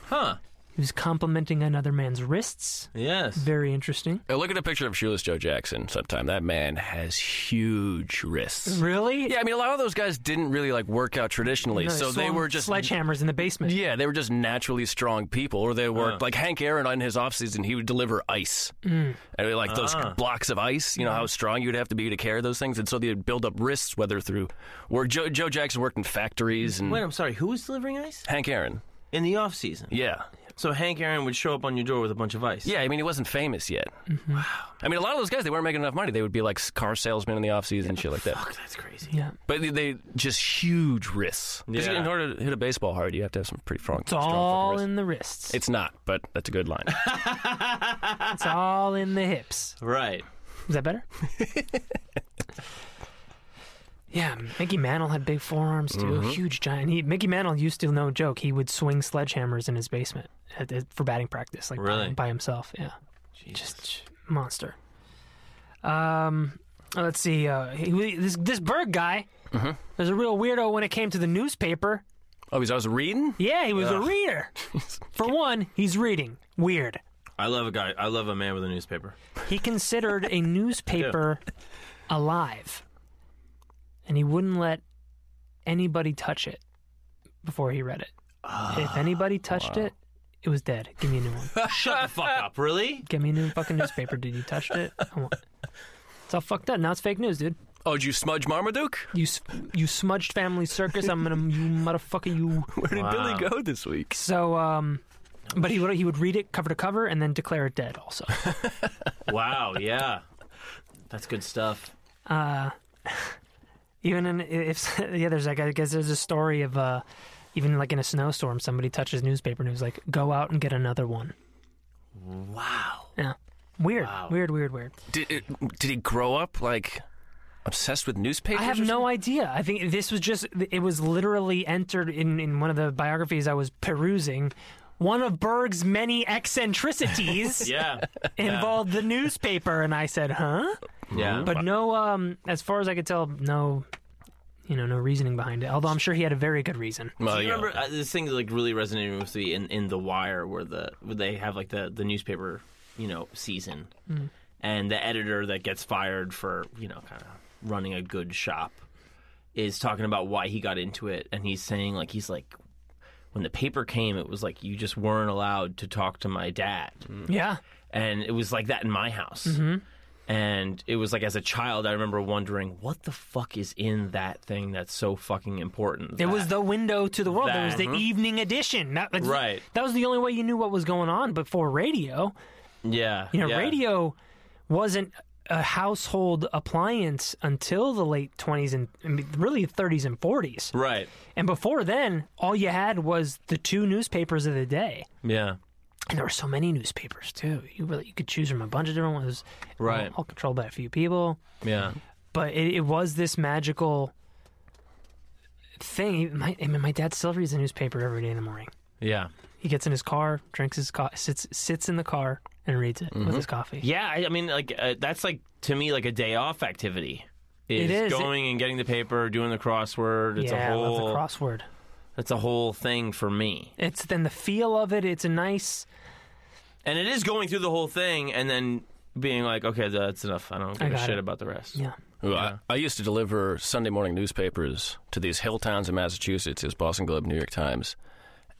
[SPEAKER 2] huh.
[SPEAKER 3] He was complimenting another man's wrists.
[SPEAKER 2] Yes.
[SPEAKER 3] Very interesting.
[SPEAKER 4] Uh, Look at a picture of shoeless Joe Jackson sometime. That man has huge wrists.
[SPEAKER 3] Really?
[SPEAKER 4] Yeah, I mean, a lot of those guys didn't really like work out traditionally,
[SPEAKER 3] No,
[SPEAKER 4] so they
[SPEAKER 3] swung
[SPEAKER 4] were just
[SPEAKER 3] sledgehammers in the basement.
[SPEAKER 4] yeah, they were just naturally strong people, or they worked like Hank Aaron on his offseason. He would deliver ice, and like those blocks of ice. You know how strong you'd have to be to carry those things, and so they'd build up wrists, whether through where Joe, Joe Jackson worked in factories and
[SPEAKER 2] Wait, I'm sorry. Who was delivering ice
[SPEAKER 4] Hank Aaron.
[SPEAKER 2] in the off season?
[SPEAKER 4] Yeah,
[SPEAKER 2] So Hank Aaron would show up on your door with a bunch of ice.
[SPEAKER 4] yeah. I mean, he wasn't famous yet. Wow. I mean, a lot of those guys they weren't making enough money. They would be like car salesmen in the offseason, and shit like that.
[SPEAKER 2] Fuck, that's crazy.
[SPEAKER 3] Yeah.
[SPEAKER 4] But they, they just huge wrists. 'Cause
[SPEAKER 2] Yeah.
[SPEAKER 4] in order to hit a baseball hard, you have to have some pretty strong,
[SPEAKER 3] It's
[SPEAKER 4] strong fucking
[SPEAKER 3] all
[SPEAKER 4] wrists.
[SPEAKER 3] in the wrists.
[SPEAKER 4] It's not, but that's a good <laughs> line.
[SPEAKER 3] it's all in the hips.
[SPEAKER 2] Right.
[SPEAKER 3] Is that better? yeah, Mickey Mantle had big forearms too, huge giant. He, Mickey Mantle used to, no joke, he would swing sledgehammers in his basement at, at- for batting practice, like by-
[SPEAKER 2] Really?
[SPEAKER 3] by, himself. Yeah, just monster. Um, let's see. Uh, he, this this Berg guy was a real weirdo when it came to the newspaper.
[SPEAKER 4] oh, because I was <laughs> reading?
[SPEAKER 3] Yeah, he was a reader. For one, he's reading. Weird.
[SPEAKER 2] I love a guy. I love a man with a newspaper.
[SPEAKER 3] He considered a newspaper alive, and he wouldn't let anybody touch it before he read it. if anybody touched it, it was dead. Give me a new one.
[SPEAKER 2] Shut the fuck up, really?
[SPEAKER 3] Give me a new fucking newspaper, dude. You touched it. I want- It's all fucked up. Now it's fake news, dude.
[SPEAKER 4] Oh, did you smudge Marmaduke? <laughs>
[SPEAKER 3] You s- you smudged Family Circus. I'm gonna you motherfucker you.
[SPEAKER 4] Where did
[SPEAKER 2] Wow.
[SPEAKER 4] Billy go this week?
[SPEAKER 3] So um, but he would he would read it cover to cover and then declare it dead. Also.
[SPEAKER 2] Wow. Yeah. That's good stuff.
[SPEAKER 3] <laughs> even in if yeah there's like i guess there's a story of uh even like in a snowstorm, somebody touches newspaper and it was like, go out and get another one.
[SPEAKER 2] Wow.
[SPEAKER 3] Yeah. Weird, weird, weird, weird.
[SPEAKER 4] Did, it- did he grow up like obsessed with newspapers?
[SPEAKER 3] I have
[SPEAKER 4] or
[SPEAKER 3] no idea. I think this was just, it was literally entered in, in one of the biographies I was perusing. One of Berg's many
[SPEAKER 2] <laughs>
[SPEAKER 3] eccentricities
[SPEAKER 2] Yeah.
[SPEAKER 3] involved the newspaper. And I said, huh?
[SPEAKER 2] Yeah.
[SPEAKER 3] But no, um, as far as I could tell, no, you know, no reasoning behind it. Although I'm sure he had a very good reason.
[SPEAKER 4] something? Well,
[SPEAKER 2] Do you
[SPEAKER 4] Oh, yeah.
[SPEAKER 2] remember uh, this thing that, like really resonated with me in, in The Wire, where the where they have like the, the newspaper, you know, season, and the editor that gets fired for you know kind of running a good shop is talking about why he got into it, and he's saying like he's like when the paper came, it was like you just weren't allowed to talk to my dad,
[SPEAKER 3] Yeah.
[SPEAKER 2] and it was like that in my house.
[SPEAKER 3] Mm-hmm.
[SPEAKER 2] And it was like as a child, I remember wondering what the fuck is in that thing that's so fucking important.
[SPEAKER 3] It
[SPEAKER 2] that-
[SPEAKER 3] was
[SPEAKER 2] Mm-hmm.
[SPEAKER 3] the window to the world. It was the evening edition. That, that's-
[SPEAKER 2] Right.
[SPEAKER 3] That was the only way you knew what was going on before radio.
[SPEAKER 2] yeah,
[SPEAKER 3] You know,
[SPEAKER 2] yeah.
[SPEAKER 3] radio wasn't a household appliance until the late 20s and I mean, really 30s and 40s.
[SPEAKER 2] Right.
[SPEAKER 3] And before then, all you had was the two newspapers of the day.
[SPEAKER 2] Yeah.
[SPEAKER 3] And there were so many newspapers too. You really you could choose from a bunch of different ones. It was
[SPEAKER 2] Right.
[SPEAKER 3] All, all controlled by a few people.
[SPEAKER 2] Yeah.
[SPEAKER 3] but it, it was this magical thing. My, I mean, my dad still reads the newspaper every day in the morning.
[SPEAKER 2] Yeah.
[SPEAKER 3] He gets in his car, drinks his coffee, sits sits in the car and reads it with his coffee.
[SPEAKER 2] Mm-hmm. Yeah. I, I mean, like uh, that's like to me like a day off activity. Is
[SPEAKER 3] It is.
[SPEAKER 2] going and getting the paper, doing the crossword. It's
[SPEAKER 3] yeah,
[SPEAKER 2] a
[SPEAKER 3] I love the
[SPEAKER 2] whole.
[SPEAKER 3] crossword.
[SPEAKER 2] It's a whole thing for me,
[SPEAKER 3] It's then the feel of it. It's a nice.
[SPEAKER 2] and it is going through the whole thing and then being like, okay, that's enough. I don't give a
[SPEAKER 3] got
[SPEAKER 2] shit
[SPEAKER 3] it.
[SPEAKER 2] about the rest.
[SPEAKER 3] Yeah,
[SPEAKER 4] Ooh, I, I used to deliver Sunday morning newspapers to these hill towns in Massachusetts, as Boston Globe, New York Times,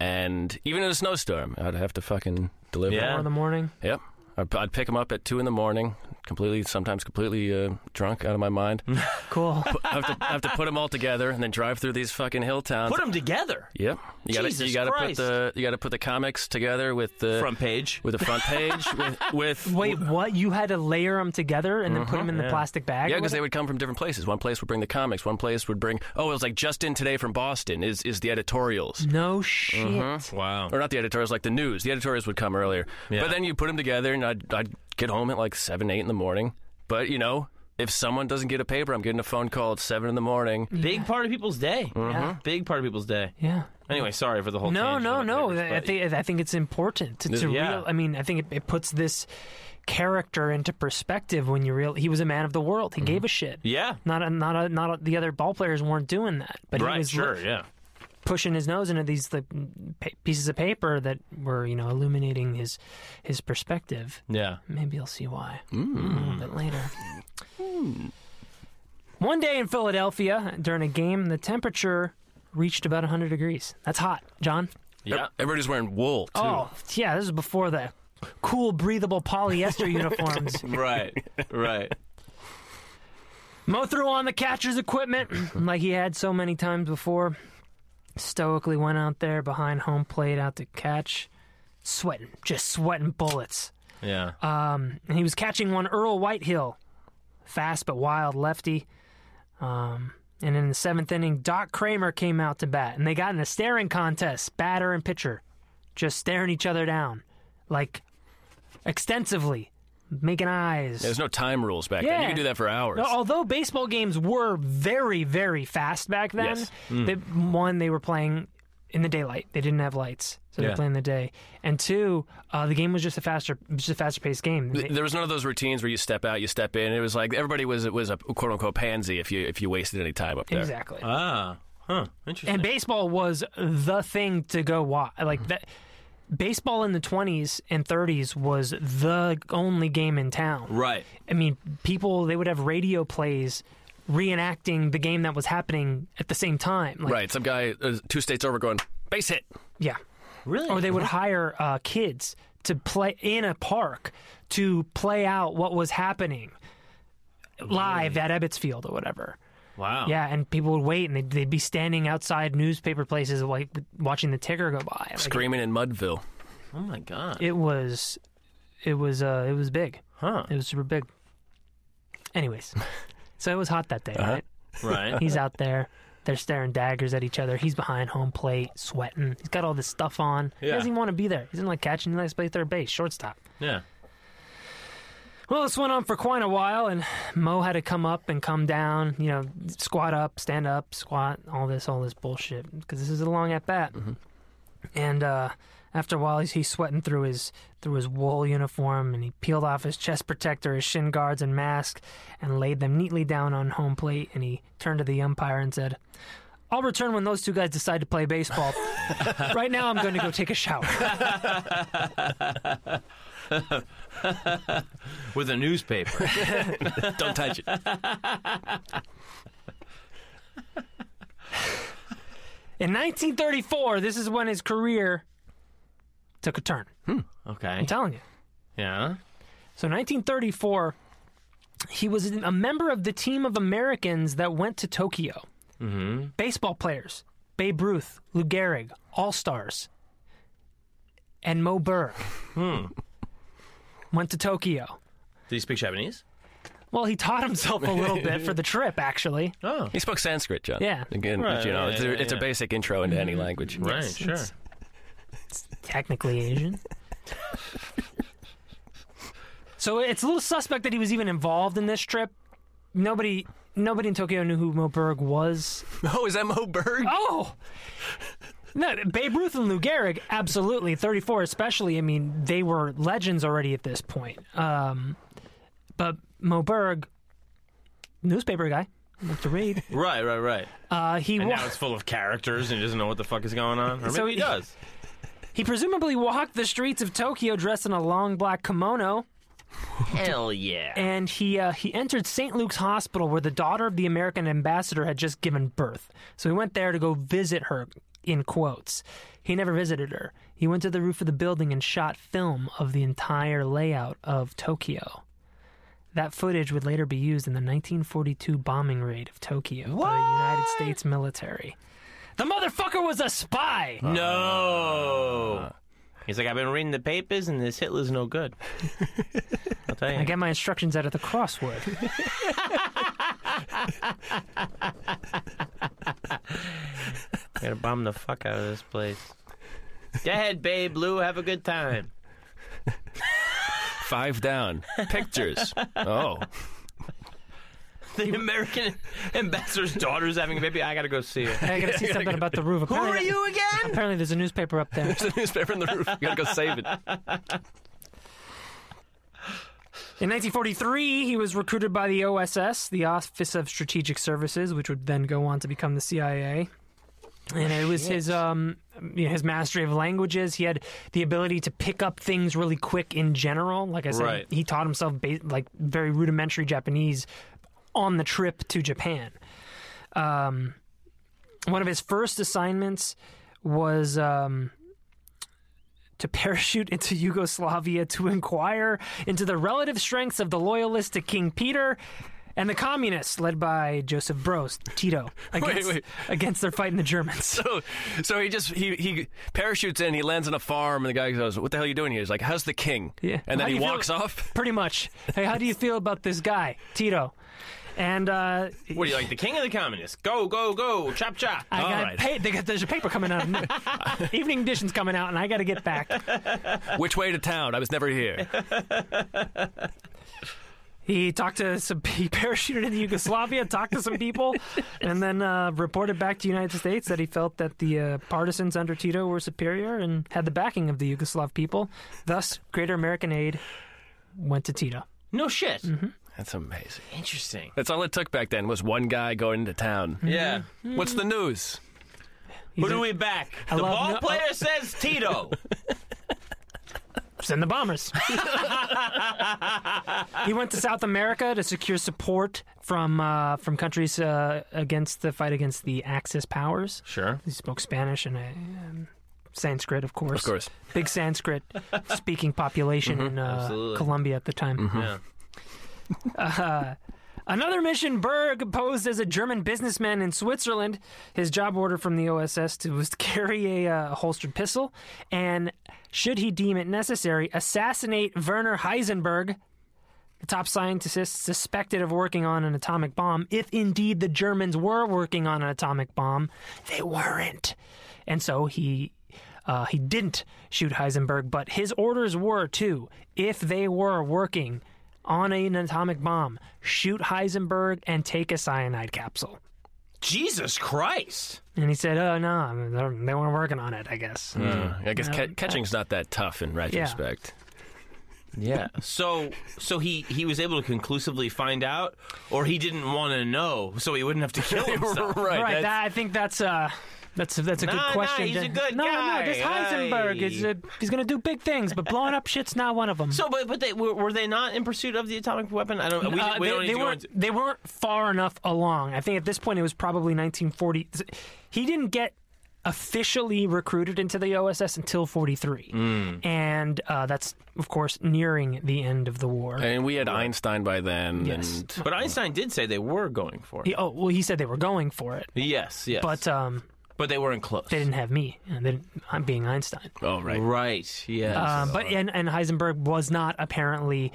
[SPEAKER 4] and even in a snowstorm, I'd have to fucking deliver.
[SPEAKER 2] Yeah.
[SPEAKER 3] four in the morning.
[SPEAKER 4] Yep. I'd, I'd pick them up at two in the morning, completely, sometimes completely uh, drunk out of
[SPEAKER 2] <laughs>
[SPEAKER 4] my mind.
[SPEAKER 3] Cool.
[SPEAKER 4] I have to, I have to put them all together and then drive through these fucking hill towns.
[SPEAKER 2] Put them together.
[SPEAKER 4] Yep. You gotta,
[SPEAKER 2] Jesus
[SPEAKER 4] you gotta put
[SPEAKER 2] Christ.
[SPEAKER 4] the you gotta put the comics together with the
[SPEAKER 2] Front page.
[SPEAKER 4] with the front
[SPEAKER 2] <laughs>
[SPEAKER 4] page with with
[SPEAKER 3] Wait, what? You had to layer them together and
[SPEAKER 2] Mm-hmm.
[SPEAKER 3] then put them in the plastic bag?
[SPEAKER 4] Yeah,
[SPEAKER 3] or
[SPEAKER 4] because they
[SPEAKER 3] whatever?
[SPEAKER 4] would come from different places. One place would bring the comics. One place would bring. Oh, it was like just in today from Boston is is the editorials,
[SPEAKER 3] no shit.
[SPEAKER 2] Mm-hmm. Wow.
[SPEAKER 4] or not the editorials, like the news. The editorials would come earlier. But then you put them together, and I'd, I'd get home at like seven, eight in the morning. But you know, if someone doesn't get a paper, I'm getting a phone call at seven in the morning.
[SPEAKER 2] Big part of people's day.
[SPEAKER 3] Yeah.
[SPEAKER 2] Big part of people's day.
[SPEAKER 3] Yeah.
[SPEAKER 2] Anyway, sorry for the whole.
[SPEAKER 3] Uh-huh. No,
[SPEAKER 2] tangent
[SPEAKER 3] no,
[SPEAKER 2] about
[SPEAKER 3] no.
[SPEAKER 2] papers,
[SPEAKER 3] I
[SPEAKER 2] but-
[SPEAKER 3] think I think it's important to, to
[SPEAKER 2] Yeah.
[SPEAKER 3] real. I mean, I think it, it puts this character into perspective when you real. He was a man of the world. He gave a shit.
[SPEAKER 2] Mm-hmm. Yeah.
[SPEAKER 3] Not a, not a, not a, the other ball players weren't doing that, but he
[SPEAKER 2] Right.
[SPEAKER 3] was
[SPEAKER 2] Sure.
[SPEAKER 3] li-
[SPEAKER 2] Yeah.
[SPEAKER 3] pushing his nose into these like, pa- pieces of paper that were you know illuminating his his perspective.
[SPEAKER 2] Yeah.
[SPEAKER 3] Maybe you'll see why
[SPEAKER 2] Mm.
[SPEAKER 3] a little bit later.
[SPEAKER 2] Hmm.
[SPEAKER 3] One day in Philadelphia during a game, the temperature reached about 100 degrees. That's hot, John.
[SPEAKER 2] Yeah.
[SPEAKER 4] Everybody's wearing wool too. <laughs>
[SPEAKER 3] Oh, yeah, this is before the cool, breathable polyester uniforms.
[SPEAKER 2] right. Right.
[SPEAKER 3] Mo threw on the catcher's equipment like he had so many times before. Stoically went out there behind home plate out to catch. Sweating, just sweating bullets.
[SPEAKER 2] Yeah.
[SPEAKER 3] Um, and he was catching one Earl Whitehill, fast but wild lefty. Um, and in the seventh inning, Doc Kramer came out to bat, and they got in a staring contest, batter and pitcher, just staring each other down, like extensively, making eyes.
[SPEAKER 4] There's no time rules back then. You
[SPEAKER 3] Yeah.
[SPEAKER 4] could do that for hours.
[SPEAKER 3] Now, although baseball games were very, very fast back then,
[SPEAKER 4] Yes. Hmm.
[SPEAKER 3] they, one they were playing in the daylight. They didn't have lights, so they
[SPEAKER 2] Yeah.
[SPEAKER 3] were playing in the day. And two, uh, the game was just a faster, just a faster paced game.
[SPEAKER 4] Th- There was none of those routines where you step out, you step in. It was like everybody was was a quote unquote pansy if you if you wasted any time up there.
[SPEAKER 3] exactly.
[SPEAKER 2] Ah, huh. Interesting.
[SPEAKER 3] and baseball was the thing to go watch. Like that, baseball in the twenties and thirties was the only game in town.
[SPEAKER 2] right.
[SPEAKER 3] I mean, people they would have radio plays reenacting the game that was happening at the same time. Like,
[SPEAKER 4] Right, some guy uh, two states over going base hit.
[SPEAKER 3] Yeah.
[SPEAKER 2] Really?
[SPEAKER 3] Or they would hire uh, kids to play in a park to play out what was happening live at Ebbets Field or whatever.
[SPEAKER 2] Wow.
[SPEAKER 3] Yeah, and people would wait, and they'd, they'd be standing outside newspaper places, like watching the ticker go by. Like,
[SPEAKER 4] Screaming in Mudville.
[SPEAKER 2] Oh my
[SPEAKER 3] <laughs>
[SPEAKER 2] god.
[SPEAKER 3] It was, it was, uh, it was big.
[SPEAKER 2] Huh.
[SPEAKER 3] It was super big.
[SPEAKER 2] <laughs> Uh-huh.
[SPEAKER 3] Anyways, so it was hot that day, right?
[SPEAKER 2] Right.
[SPEAKER 3] He's out there. They're staring daggers at each other. He's behind home plate, sweating. He's got all this stuff on. He
[SPEAKER 2] Yeah.
[SPEAKER 3] doesn't even want to be there. He's in like catching, he likes to play third base, shortstop.
[SPEAKER 2] Yeah.
[SPEAKER 3] Well, this went on for quite a while, and Mo had to come up and come down, you know, squat up, stand up, squat, all this, all this bullshit, because this is a long at bat. And uh, after a while, he's, he's sweating through his through his wool uniform, and he peeled off his chest protector, his shin guards, and mask, and laid them neatly down on home plate. And he turned to the umpire and said, "I'll return when those two guys decide to play baseball. right now, I'm going to go take a shower."
[SPEAKER 2] With a
[SPEAKER 3] <laughs>
[SPEAKER 2] newspaper.
[SPEAKER 4] Don't touch it.
[SPEAKER 3] In 1934, this is when his career took a turn.
[SPEAKER 2] okay.
[SPEAKER 3] I'm telling you.
[SPEAKER 2] Yeah.
[SPEAKER 3] So 1934, he was a member of the team of Americans that went to Tokyo. Mm-hmm. Baseball players: Babe Ruth, Lou Gehrig, all stars, and Mo Berg went to Tokyo.
[SPEAKER 2] Did he speak Japanese?
[SPEAKER 3] Well, he taught himself a little bit for the trip, actually.
[SPEAKER 2] Oh.
[SPEAKER 4] He spoke Sanskrit, John.
[SPEAKER 3] Yeah.
[SPEAKER 4] Again,
[SPEAKER 2] Right,
[SPEAKER 4] you know,
[SPEAKER 2] yeah,
[SPEAKER 4] it's, a,
[SPEAKER 2] yeah,
[SPEAKER 4] it's a
[SPEAKER 2] yeah.
[SPEAKER 4] basic intro into any language.
[SPEAKER 2] Right, sure.
[SPEAKER 3] it's- technically Asian. so it's a little suspect that he was even involved in this trip. Nobody, nobody in Tokyo knew who Mo Berg was.
[SPEAKER 4] <laughs> Oh, is that Mo Berg?
[SPEAKER 3] Oh, no, Babe Ruth and Lou Gehrig, absolutely. Thirty-four, especially. I mean, they were legends already at this point. Um, but Mo Berg, newspaper guy, like
[SPEAKER 2] <laughs>
[SPEAKER 3] to read.
[SPEAKER 2] Right, right, right.
[SPEAKER 3] Uh, he
[SPEAKER 2] And
[SPEAKER 3] wa-
[SPEAKER 2] now it's full of characters and he doesn't know what the fuck is going on. Or
[SPEAKER 3] So
[SPEAKER 2] maybe he
[SPEAKER 3] he-
[SPEAKER 2] does.
[SPEAKER 3] <laughs> he presumably walked the streets of Tokyo dressed in a long black kimono.
[SPEAKER 2] Hell yeah.
[SPEAKER 3] and he uh, he entered St. Luke's Hospital where the daughter of the American ambassador had just given birth. So he went there to go visit her in quotes. He never visited her. He went to the roof of the building and shot film of the entire layout of Tokyo. That footage would later be used in the 1942 bombing raid of Tokyo by the United States military. The motherfucker was a spy.
[SPEAKER 2] Uh, No. He's like, I've been reading the papers and this Hitler's no good. I'll tell you.
[SPEAKER 3] I get my instructions out of
[SPEAKER 2] <laughs>
[SPEAKER 3] the crossword.
[SPEAKER 2] Gotta bomb the fuck out of this place. Go ahead, babe, Lou. Have a good time.
[SPEAKER 4] Five down.
[SPEAKER 2] <laughs>
[SPEAKER 4] Pictures. oh.
[SPEAKER 2] <laughs> The American ambassador's daughter's having a baby. I gotta go see her.
[SPEAKER 3] I gotta see something about the roof.
[SPEAKER 2] Who are
[SPEAKER 3] Apparently-
[SPEAKER 2] you again?
[SPEAKER 3] Apparently, there's a newspaper up there.
[SPEAKER 4] There's a newspaper on the roof. You gotta go
[SPEAKER 2] <laughs>
[SPEAKER 4] save it.
[SPEAKER 3] In 1943, he was recruited by the OSS, the Office of Strategic Services, which would then go on to become the CIA. And it was his um, you know, his mastery of languages. He had the ability to pick up things really quick in general. Like I said,
[SPEAKER 2] Right.
[SPEAKER 3] he taught himself ba- like very rudimentary Japanese on the trip to Japan. Um, one of his first assignments was. Um, to parachute <laughs> into Yugoslavia to inquire into the relative strengths of the loyalists to King Peter and the communists led by Joseph Broz Tito against,
[SPEAKER 4] wait.
[SPEAKER 3] against their fight in the Germans. <laughs>
[SPEAKER 4] So, so he just he he parachutes in. He lands on a farm, and the guy goes, "What the hell are you doing here?" He's like, "How's the king?"
[SPEAKER 3] Yeah.
[SPEAKER 4] And
[SPEAKER 3] How do
[SPEAKER 4] then he
[SPEAKER 3] you feel-
[SPEAKER 4] walks off. <laughs>
[SPEAKER 3] Pretty much. Hey, how do you feel about this guy, Tito? And uh,
[SPEAKER 2] What are you like, the king of the communists? Go, go, go, chop, chop.
[SPEAKER 3] I
[SPEAKER 4] All
[SPEAKER 3] got
[SPEAKER 4] right.
[SPEAKER 3] paid. They got, there's a paper coming
[SPEAKER 4] <laughs>
[SPEAKER 3] out. Evening edition's coming out, and I got to get back.
[SPEAKER 4] Which way to town? I was
[SPEAKER 3] <laughs>
[SPEAKER 4] never here.
[SPEAKER 3] He talked to some. <laughs> He parachuted into Yugoslavia, talked to some people, and then uh, reported back to the United States that he felt that the uh, partisans under Tito were superior and had the backing of the Yugoslav people. Thus, Greater American Aid went to Tito.
[SPEAKER 2] No shit.
[SPEAKER 4] That's amazing.
[SPEAKER 2] Interesting.
[SPEAKER 4] That's all it took back then was one guy going into town.
[SPEAKER 2] Yeah.
[SPEAKER 4] What's the news?
[SPEAKER 2] Who do we back? the
[SPEAKER 3] love
[SPEAKER 2] ball
[SPEAKER 3] no-
[SPEAKER 2] player says Tito.
[SPEAKER 3] Send the bombers. <laughs> he went to South America to secure support from uh, from countries uh, against the fight against the Axis powers.
[SPEAKER 2] sure.
[SPEAKER 3] He spoke Spanish and uh, um, Sanskrit, of course.
[SPEAKER 4] Of course.
[SPEAKER 3] Big Sanskrit speaking population in uh,
[SPEAKER 2] absolutely. Mm-hmm.
[SPEAKER 3] Colombia at the time.
[SPEAKER 2] Yeah.
[SPEAKER 3] Another mission, Berg posed as a German businessman in Switzerland. His job order from the OSS to, was to <laughs> carry a uh, holstered pistol and, should he deem it necessary, assassinate Werner Heisenberg, The top scientists suspected of working on an atomic bomb, if indeed the Germans were working on an atomic bomb, they weren't. And so he uh, he didn't shoot Heisenberg, but his orders were to, if they were working on an atomic bomb, shoot Heisenberg and take a cyanide capsule.
[SPEAKER 2] Jesus Christ.
[SPEAKER 3] And he said, "Oh no, they're- they weren't working on it. I guess."
[SPEAKER 2] Mm. Hmm.
[SPEAKER 4] I guess ca- catching's not that tough in
[SPEAKER 2] <laughs>
[SPEAKER 4] retrospect.
[SPEAKER 2] Yeah. So so he he was able to conclusively find out, or he didn't want to know, so he wouldn't have <laughs> to kill himself.
[SPEAKER 3] right.
[SPEAKER 4] right. that's-
[SPEAKER 3] That, I think that's uh, that's that's a
[SPEAKER 2] Nah,
[SPEAKER 3] good
[SPEAKER 2] nah,
[SPEAKER 3] question.
[SPEAKER 2] he's a
[SPEAKER 3] Jen.
[SPEAKER 2] good
[SPEAKER 3] no, No,
[SPEAKER 2] guy.
[SPEAKER 3] no, this Heisenberg is
[SPEAKER 2] Aye.
[SPEAKER 3] a, he's going to do big things, but blowing up shit's not one of them.
[SPEAKER 2] So, but but they were, were they not in pursuit of the atomic weapon? I don't. We,
[SPEAKER 3] Uh,
[SPEAKER 2] we
[SPEAKER 3] they,
[SPEAKER 2] don't need
[SPEAKER 3] they
[SPEAKER 2] to go
[SPEAKER 3] weren't.
[SPEAKER 2] into.
[SPEAKER 3] They weren't far enough along. I think at this point it was probably 1940. He didn't get officially recruited into the OSS until 43,
[SPEAKER 2] Mm.
[SPEAKER 3] and uh, that's of course nearing the end of the war.
[SPEAKER 4] And we had Einstein by then.
[SPEAKER 3] Yes.
[SPEAKER 4] And
[SPEAKER 2] But Einstein did say they were going for it.
[SPEAKER 3] He- oh well, he said they were going for it,
[SPEAKER 2] Yes, yes.
[SPEAKER 3] but um,
[SPEAKER 2] but uh, they weren't close.
[SPEAKER 3] they didn't have me. And they didn't, I'm being Einstein.
[SPEAKER 4] oh, right.
[SPEAKER 2] Right. Uh, Yes.
[SPEAKER 3] Um, but and, and Heisenberg was not apparently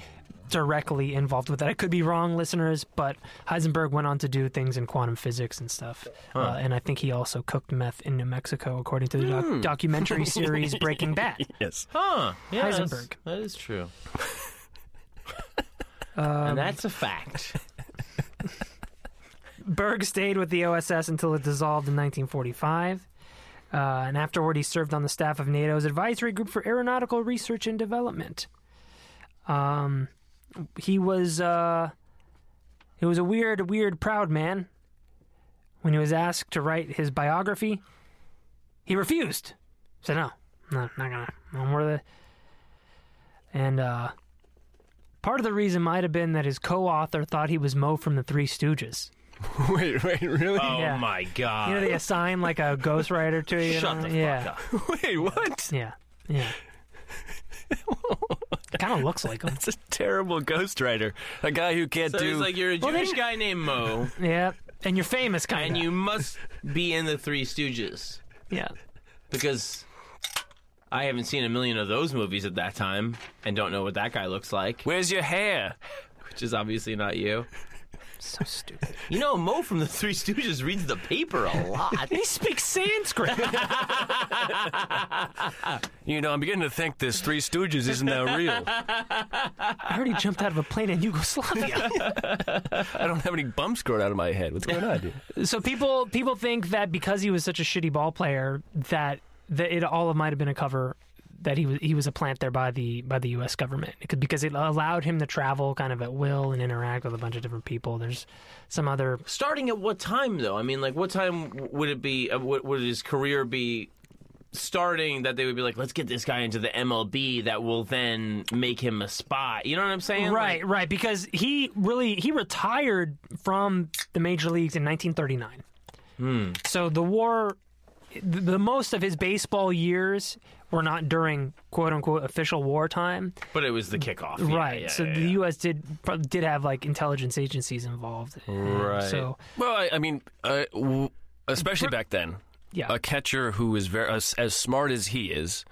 [SPEAKER 3] directly involved with that. I could be wrong, listeners, but Heisenberg went on to do things in quantum physics and stuff. Uh, and I think he also cooked meth in New Mexico, according to the doc- documentary series Breaking Bad.
[SPEAKER 4] Yes.
[SPEAKER 2] huh. Yeah, that's-
[SPEAKER 3] Heisenberg.
[SPEAKER 2] That is <laughs> true. and that's a fact.
[SPEAKER 3] Berg stayed with the OSS until it dissolved in 1945. Uh, and afterward, he served on the staff of NATO's Advisory Group for Aeronautical Research and Development. Um, he was uh, he was a weird, weird, proud man. When he was asked to write his biography, he refused. Said no, no, not gonna. I'm worth it. And uh, part of the reason might have been that his co-author thought he was Mo from the Three Stooges.
[SPEAKER 4] <laughs> wait, wait, really?
[SPEAKER 2] Oh
[SPEAKER 3] Yeah.
[SPEAKER 2] my god.
[SPEAKER 3] You know, they assign like a ghostwriter to you.
[SPEAKER 2] Shut
[SPEAKER 3] know?
[SPEAKER 2] the
[SPEAKER 3] yeah.
[SPEAKER 2] fuck up.
[SPEAKER 4] wait, what?
[SPEAKER 3] Yeah. Yeah.
[SPEAKER 2] <laughs>
[SPEAKER 3] kind of looks like him.
[SPEAKER 4] It's a terrible ghostwriter. A guy who
[SPEAKER 2] <laughs>
[SPEAKER 4] can't
[SPEAKER 2] So
[SPEAKER 4] do.
[SPEAKER 2] it's like you're a
[SPEAKER 3] they
[SPEAKER 2] Jewish
[SPEAKER 3] didn't-
[SPEAKER 2] guy named <laughs> Mo,
[SPEAKER 3] Yeah. And you're famous, kind
[SPEAKER 2] and
[SPEAKER 3] of.
[SPEAKER 2] you must be in the Three Stooges
[SPEAKER 3] Yeah.
[SPEAKER 2] because I haven't seen a million of those movies at that time, and don't know what that guy looks like,
[SPEAKER 4] Where's your hair?
[SPEAKER 2] which is obviously not you.
[SPEAKER 3] So stupid.
[SPEAKER 2] You know, Mo from the <laughs> Three Stooges reads the paper a lot.
[SPEAKER 3] He
[SPEAKER 2] <laughs>
[SPEAKER 3] speaks Sanskrit.
[SPEAKER 4] You know, I'm beginning to think this Three Stooges isn't that
[SPEAKER 2] <laughs>
[SPEAKER 4] real.
[SPEAKER 3] I heard he jumped out of a plane in Yugoslavia.
[SPEAKER 4] I don't have any bumps growing out of my head. What's going on, dude?
[SPEAKER 3] so people people think that because he was such a shitty ball player that that it all might have been a cover that he was he was a plant there by the by the U.S. government It could- because it allowed him to travel kind of at will and interact with a bunch of different people. There's some other
[SPEAKER 2] Starting at what time, though? I mean, like, what time w- would it be? uh, Would, would his career be starting that they would be like, let's get this guy into the MLB that will then make him a spy? You know what I'm saying?
[SPEAKER 3] Right, right, because he really he retired from the major leagues in 1939.
[SPEAKER 2] Hmm.
[SPEAKER 3] So the war, the, the most of his baseball years were not during quote unquote official wartime.
[SPEAKER 2] Like, but it was the kickoff. Yeah,
[SPEAKER 3] right.
[SPEAKER 2] yeah,
[SPEAKER 3] so
[SPEAKER 2] yeah,
[SPEAKER 3] the
[SPEAKER 2] yeah.
[SPEAKER 3] U.S. did pro- did have like intelligence agencies involved.
[SPEAKER 2] Right.
[SPEAKER 3] So
[SPEAKER 4] Well, I, I mean, uh, w- especially back then,
[SPEAKER 3] yeah,
[SPEAKER 4] a catcher who is very as, as smart as he is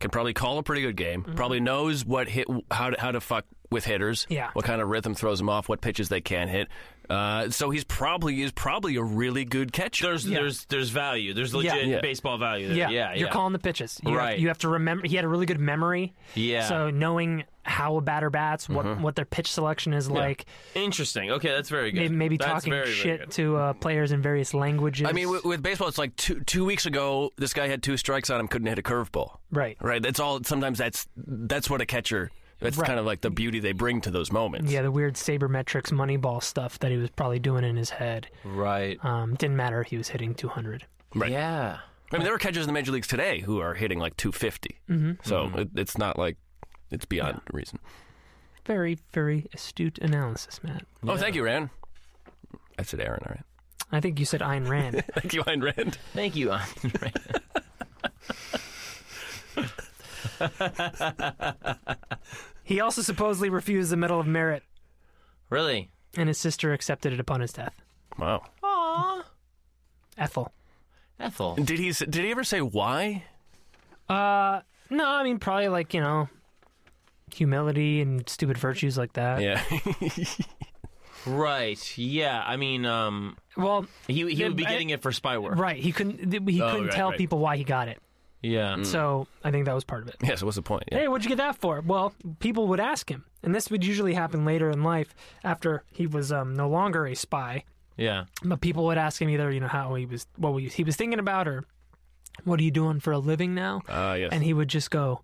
[SPEAKER 4] can probably call a pretty good game.
[SPEAKER 3] Mm-hmm.
[SPEAKER 4] Probably knows what hit how to, how to fuck with hitters.
[SPEAKER 3] Yeah.
[SPEAKER 4] What kind of rhythm throws them off? What pitches they can hit. Uh, so he's probably is probably a really good catcher.
[SPEAKER 2] There's
[SPEAKER 3] Yeah.
[SPEAKER 2] there's there's value. There's legit
[SPEAKER 4] Yeah.
[SPEAKER 2] baseball value. There.
[SPEAKER 3] yeah,
[SPEAKER 2] Yeah, yeah.
[SPEAKER 3] You're calling the pitches. You
[SPEAKER 2] Right.
[SPEAKER 3] Have, you have to remember. He had a really good memory.
[SPEAKER 2] Yeah. Mm-hmm.
[SPEAKER 3] So knowing how a batter bats, what what their pitch selection is like.
[SPEAKER 2] Interesting. Okay, that's very good.
[SPEAKER 3] Maybe, maybe
[SPEAKER 2] That's
[SPEAKER 3] talking
[SPEAKER 2] very, very
[SPEAKER 3] shit
[SPEAKER 2] good.
[SPEAKER 3] to uh, players in various languages.
[SPEAKER 4] I mean, with, with baseball, it's like two two weeks ago, this guy had two strikes on him, couldn't hit a curveball.
[SPEAKER 3] right?
[SPEAKER 4] Right. That's all. Sometimes that's that's what a catcher. That's
[SPEAKER 3] Right.
[SPEAKER 4] kind of like the beauty they bring to those moments.
[SPEAKER 3] Yeah, the weird sabermetrics moneyball stuff that he was probably doing in his head.
[SPEAKER 2] Right.
[SPEAKER 3] Um, didn't matter. He was hitting 200.
[SPEAKER 4] Right.
[SPEAKER 2] Yeah.
[SPEAKER 4] I mean, there are catchers in the major leagues today who are hitting like 250. Mm-hmm. So It, it's not like it's beyond reason.
[SPEAKER 3] Very, very astute analysis, Matt.
[SPEAKER 4] Oh, thank you, Rand. I said Aaron. All right.
[SPEAKER 3] <laughs> I think you said Ayn
[SPEAKER 4] <laughs>
[SPEAKER 3] Rand.
[SPEAKER 4] Thank you, Ayn Rand.
[SPEAKER 2] Thank you. <laughs> Ayn Rand.
[SPEAKER 3] he also supposedly refused the Medal of Merit,
[SPEAKER 2] really?
[SPEAKER 3] and his sister accepted it upon his death.
[SPEAKER 4] Wow.
[SPEAKER 2] Aw.
[SPEAKER 3] Ethel.
[SPEAKER 2] Ethel.
[SPEAKER 4] Did he s- did he ever say why? <laughs>
[SPEAKER 3] Uh, no, I mean probably like you know, humility and stupid virtues like that.
[SPEAKER 4] Yeah.
[SPEAKER 2] Right. Yeah. I mean, um,
[SPEAKER 3] Well,
[SPEAKER 2] he he would be
[SPEAKER 3] I-
[SPEAKER 2] getting it for spyware.
[SPEAKER 3] right. He couldn't. th- He
[SPEAKER 4] Oh,
[SPEAKER 3] couldn't
[SPEAKER 4] right,
[SPEAKER 3] tell
[SPEAKER 4] right. Hmm.
[SPEAKER 3] people why he got it.
[SPEAKER 2] Yeah.
[SPEAKER 3] So I think that was part of it.
[SPEAKER 4] yeah. So what's the point? Yeah.
[SPEAKER 3] Hey, what'd you get that for? Well, people would ask him, and this would usually happen later in life after he was um, no longer a spy.
[SPEAKER 2] Yeah.
[SPEAKER 3] But people would ask him either, you know, how he was, what he he was thinking about, or what are you doing for a living now?
[SPEAKER 4] Ah, yes.
[SPEAKER 3] And he would just go,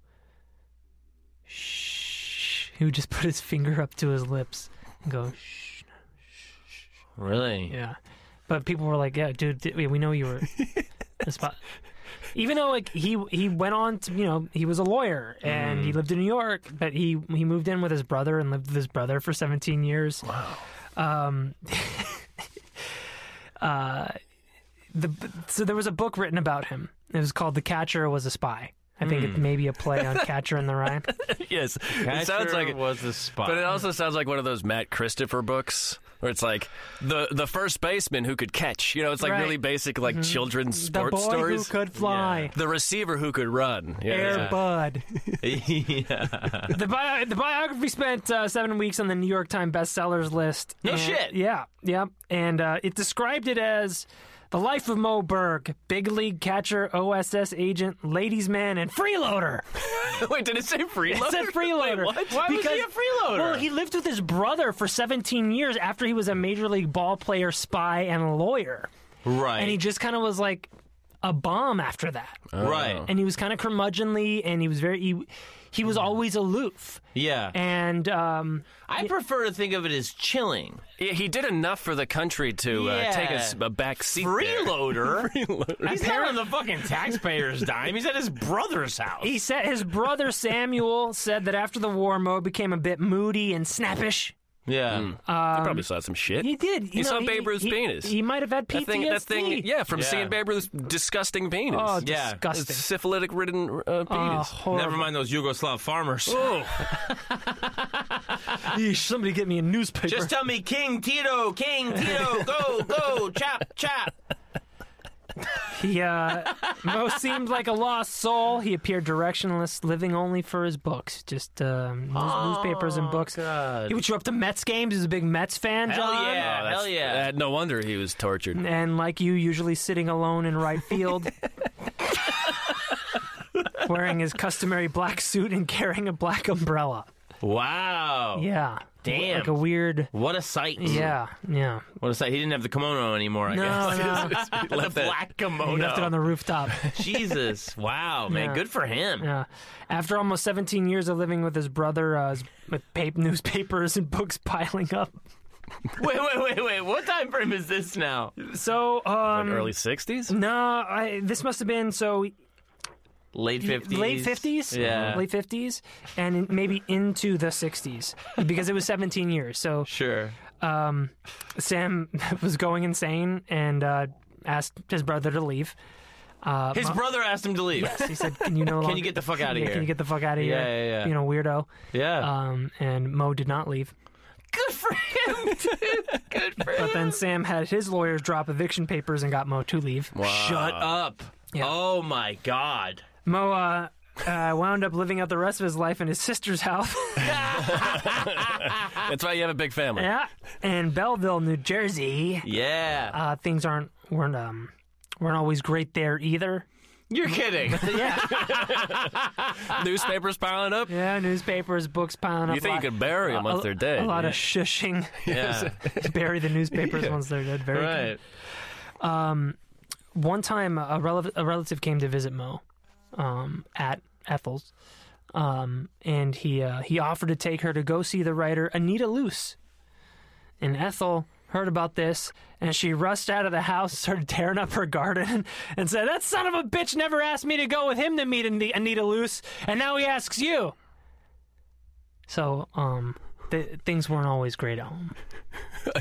[SPEAKER 3] shh. He would just <laughs> put his finger up to his lips and go, shh.
[SPEAKER 2] Really.
[SPEAKER 3] Yeah. But people were like, yeah, dude, d- we we know
[SPEAKER 4] <laughs>
[SPEAKER 3] you were a spy. Even though like he he went on to you know he was a lawyer and
[SPEAKER 4] Mm-hmm.
[SPEAKER 3] he lived in New York, but he he moved in with his brother and lived with his brother for 17 years. Wow. Um. <laughs> uh, the so there was a book written about him. It was called "The Catcher Was a Spy." I think
[SPEAKER 4] Hmm.
[SPEAKER 3] it may be a play
[SPEAKER 4] <laughs>
[SPEAKER 3] on Catcher in the Rye.
[SPEAKER 4] yes.
[SPEAKER 2] Catcher
[SPEAKER 4] It sounds like it.
[SPEAKER 2] was the spy.
[SPEAKER 4] But it also sounds like one of those Matt Christopher books where it's like the the first baseman who could catch. You know, it's like
[SPEAKER 3] Right. Mm-hmm.
[SPEAKER 4] really basic like children's
[SPEAKER 3] The boy
[SPEAKER 4] sports stories.
[SPEAKER 3] who could fly,
[SPEAKER 4] the receiver who could run. Yeah.
[SPEAKER 3] Air
[SPEAKER 4] yeah.
[SPEAKER 3] Bud.
[SPEAKER 2] uh, <laughs> yeah.
[SPEAKER 3] the, bio, the biography spent uh, seven weeks on the New York Times bestsellers list.
[SPEAKER 2] No
[SPEAKER 3] And-
[SPEAKER 2] shit.
[SPEAKER 3] Yeah, yeah. And uh, it described it as the life of Mo Berg, big league catcher, OSS agent, ladies' man, and
[SPEAKER 2] <laughs>
[SPEAKER 3] freeloader.
[SPEAKER 4] Wait, did it say freeloader?
[SPEAKER 3] It said freeloader.
[SPEAKER 4] Wait, what?
[SPEAKER 2] Why was he a freeloader?
[SPEAKER 3] Well, he lived with his brother for 17 years after he was a major league ball player, spy, and lawyer.
[SPEAKER 2] right.
[SPEAKER 3] And he just kind of was like a bomb after that.
[SPEAKER 2] right.
[SPEAKER 3] And he was kind of curmudgeonly, and he was very, he, he was always aloof.
[SPEAKER 2] yeah.
[SPEAKER 3] And um,
[SPEAKER 2] I prefer to think of it as chilling.
[SPEAKER 4] Yeah, he did enough for the country to
[SPEAKER 2] Yeah.
[SPEAKER 4] uh, take a, s- a back seat.
[SPEAKER 2] Freeloader.
[SPEAKER 4] <laughs> Freeloader.
[SPEAKER 2] He's not on the fucking taxpayer's dime. He's at his brother's house.
[SPEAKER 3] He said his brother Samuel said that after the war, Mo became a bit moody and snappish.
[SPEAKER 2] Yeah.
[SPEAKER 4] he probably saw some shit.
[SPEAKER 3] Um, He did. You
[SPEAKER 4] He
[SPEAKER 3] know,
[SPEAKER 4] saw Babe Ruth's
[SPEAKER 3] he-
[SPEAKER 4] penis.
[SPEAKER 3] He might have had PTSD.
[SPEAKER 4] that thing, that thing, yeah, from
[SPEAKER 2] Yeah.
[SPEAKER 4] seeing Babe Ruth's disgusting penis.
[SPEAKER 3] Oh,
[SPEAKER 2] Yeah.
[SPEAKER 4] It's
[SPEAKER 3] disgusting.
[SPEAKER 4] syphilitic-ridden uh, penis. Oh,
[SPEAKER 3] Oh, horrible.
[SPEAKER 2] Never mind those Yugoslav farmers.
[SPEAKER 3] <laughs> Yeesh, somebody get me a newspaper.
[SPEAKER 2] Just tell me, King Tito, King <laughs> Tito, go, go, chop, chop.
[SPEAKER 3] he, uh, Mo seemed like a lost soul. He appeared directionless, living only for his books, just um, news-
[SPEAKER 4] Oh,
[SPEAKER 3] newspapers and books. He would show up to Mets games. He was a big Mets fan.
[SPEAKER 2] Hell
[SPEAKER 3] John.
[SPEAKER 2] yeah,
[SPEAKER 4] That's-
[SPEAKER 2] hell yeah.
[SPEAKER 4] that- no wonder he was tortured.
[SPEAKER 3] and like you, usually sitting alone in right field, wearing his customary black suit and carrying a black umbrella.
[SPEAKER 2] Wow.
[SPEAKER 3] Yeah,
[SPEAKER 2] Damn.
[SPEAKER 3] like a weird.
[SPEAKER 2] What a sight.
[SPEAKER 3] Yeah, yeah.
[SPEAKER 2] What a sight. He didn't have the kimono anymore, I
[SPEAKER 3] No,
[SPEAKER 2] guess. Oh,
[SPEAKER 3] no.
[SPEAKER 2] <laughs> the black kimono.
[SPEAKER 3] He left it on the rooftop.
[SPEAKER 2] Jesus. Wow, man.
[SPEAKER 3] <laughs> Yeah.
[SPEAKER 2] Good for him.
[SPEAKER 3] Yeah. After almost 17 years of living with his brother, uh, his- with pa- newspapers and books piling up.
[SPEAKER 2] Wait, wait, wait, wait. What time frame is this now?
[SPEAKER 3] So, um,
[SPEAKER 4] Early 60s?
[SPEAKER 3] no, I, this must have been so
[SPEAKER 2] Late 50s.
[SPEAKER 3] late 50s
[SPEAKER 2] Yeah.
[SPEAKER 3] late 50s and in- maybe into the 60s because it was 17 years so
[SPEAKER 2] Sure.
[SPEAKER 3] um, sam <laughs> was going insane and uh, asked his brother to leave uh,
[SPEAKER 2] His
[SPEAKER 3] Mo-
[SPEAKER 2] brother asked him to leave.
[SPEAKER 3] yes, he said can you
[SPEAKER 2] <laughs>
[SPEAKER 3] no
[SPEAKER 2] Can
[SPEAKER 3] longer
[SPEAKER 2] you get the fuck out of
[SPEAKER 3] <laughs> yeah,
[SPEAKER 2] here?
[SPEAKER 3] can you get the fuck out of
[SPEAKER 2] Yeah,
[SPEAKER 3] here
[SPEAKER 2] yeah, yeah.
[SPEAKER 3] you know weirdo
[SPEAKER 2] yeah.
[SPEAKER 3] um, and mo did not leave
[SPEAKER 2] Good for him, <laughs> dude. Good for him.
[SPEAKER 3] but then sam had his lawyers drop eviction papers and got mo to leave
[SPEAKER 2] Shut up.
[SPEAKER 3] Yeah.
[SPEAKER 2] Oh, my God.
[SPEAKER 3] mo uh, uh, wound up living out the rest of his life in his
[SPEAKER 2] <laughs>
[SPEAKER 3] sister's house <laughs>
[SPEAKER 4] That's why you have a big family.
[SPEAKER 3] yeah in belleville new jersey
[SPEAKER 2] Yeah.
[SPEAKER 3] uh, things aren't weren't um weren't always great there either.
[SPEAKER 2] You're kidding.
[SPEAKER 3] <laughs> Yeah,
[SPEAKER 4] Newspapers piling up.
[SPEAKER 3] yeah. Newspapers, books piling up.
[SPEAKER 4] You think
[SPEAKER 3] lot-
[SPEAKER 4] you could bury them once
[SPEAKER 3] a-
[SPEAKER 4] they're dead.
[SPEAKER 3] A lot
[SPEAKER 4] <laughs>
[SPEAKER 3] of shushing.
[SPEAKER 2] yeah.
[SPEAKER 3] Bury the newspapers once they're dead. Very
[SPEAKER 2] Right.
[SPEAKER 3] good. One time, a, rel- a relative came to visit Mo um, at Ethel's, um, and he uh, he offered to take her to go see the writer Anita Luce. And Ethel heard about this, and she rushed out of the house, started tearing up her garden, <laughs> and said, "That son of a bitch never asked me to go with him to meet Ani- Anita Luce, and now he asks you." So, um, th- things weren't always great at home.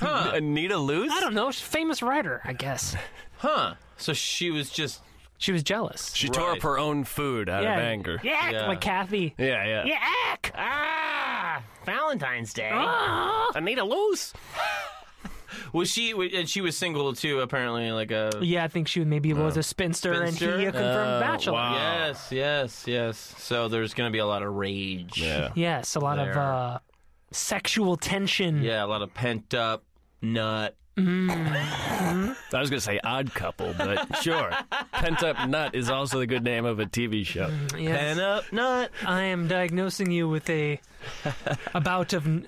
[SPEAKER 4] Anita Luce?
[SPEAKER 3] I don't know. She's a famous writer, I guess.
[SPEAKER 2] Huh. So she was just.
[SPEAKER 3] She was jealous.
[SPEAKER 4] She tore
[SPEAKER 2] Right.
[SPEAKER 4] up her own food out of anger.
[SPEAKER 3] Yeah,
[SPEAKER 2] Yeah.
[SPEAKER 3] like Kathy.
[SPEAKER 4] Yeah, yeah.
[SPEAKER 3] Yeah, ack. Uh-huh.
[SPEAKER 2] Ah! Valentine's Day.
[SPEAKER 3] Ah.
[SPEAKER 4] Anita Luce.
[SPEAKER 2] Was she? And she was single too, apparently. Like a
[SPEAKER 3] Yeah, I think she maybe was a spinster,
[SPEAKER 2] Spinster?
[SPEAKER 3] and he a confirmed
[SPEAKER 4] Oh,
[SPEAKER 3] bachelor.
[SPEAKER 4] wow.
[SPEAKER 2] yes, yes, yes. So there's going to be a lot of rage.
[SPEAKER 3] Yes, a lot of
[SPEAKER 2] There.
[SPEAKER 3] uh, sexual tension.
[SPEAKER 2] Yeah, a lot of pent up nut.
[SPEAKER 4] I was going to say odd couple, but sure. Pent Up Nut is also the good name of a TV show.
[SPEAKER 3] Yes.
[SPEAKER 2] Pent up nut.
[SPEAKER 3] I am diagnosing you with a a bout of n-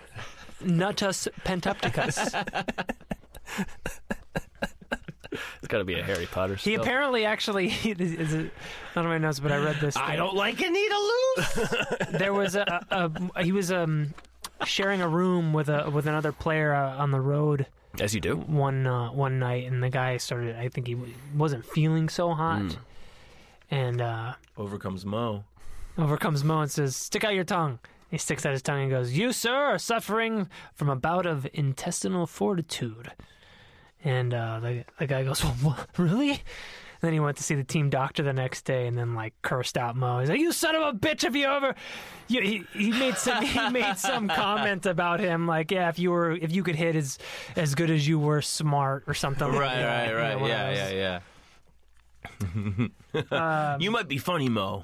[SPEAKER 3] nutus pentapticus.
[SPEAKER 4] It's got to be a Harry Potter
[SPEAKER 3] He
[SPEAKER 4] <laughs> stuff.
[SPEAKER 3] apparently actually <laughs> is it, not on my notes, but I read this.
[SPEAKER 2] I don't like Anita Loose.
[SPEAKER 3] There was a, a, he was um sharing a room with a with another player uh, on the road
[SPEAKER 4] As you do.
[SPEAKER 3] one uh, one night, and the guy started. I think he w- wasn't feeling so hot, and uh,
[SPEAKER 2] Overcomes Mo.
[SPEAKER 3] overcomes Mo and says, "Stick out your tongue." He sticks out his tongue and goes, "You, sir, are suffering from a bout of intestinal fortitude." And uh, the the guy goes, well, what? "Really?" And then he went to see the team doctor the next day, and then like cursed out Mo. He's like, "You son of a bitch! If you ever," you, he he made some he made some comment about him like, "Yeah, if you were if you could hit as as good as you were smart or something." like
[SPEAKER 2] Right, <laughs> right,
[SPEAKER 3] that. You know,
[SPEAKER 2] right.
[SPEAKER 3] one of
[SPEAKER 2] Yeah,
[SPEAKER 3] those.
[SPEAKER 2] yeah, yeah.
[SPEAKER 3] <laughs>
[SPEAKER 2] Um, you might be funny, <laughs> Mo,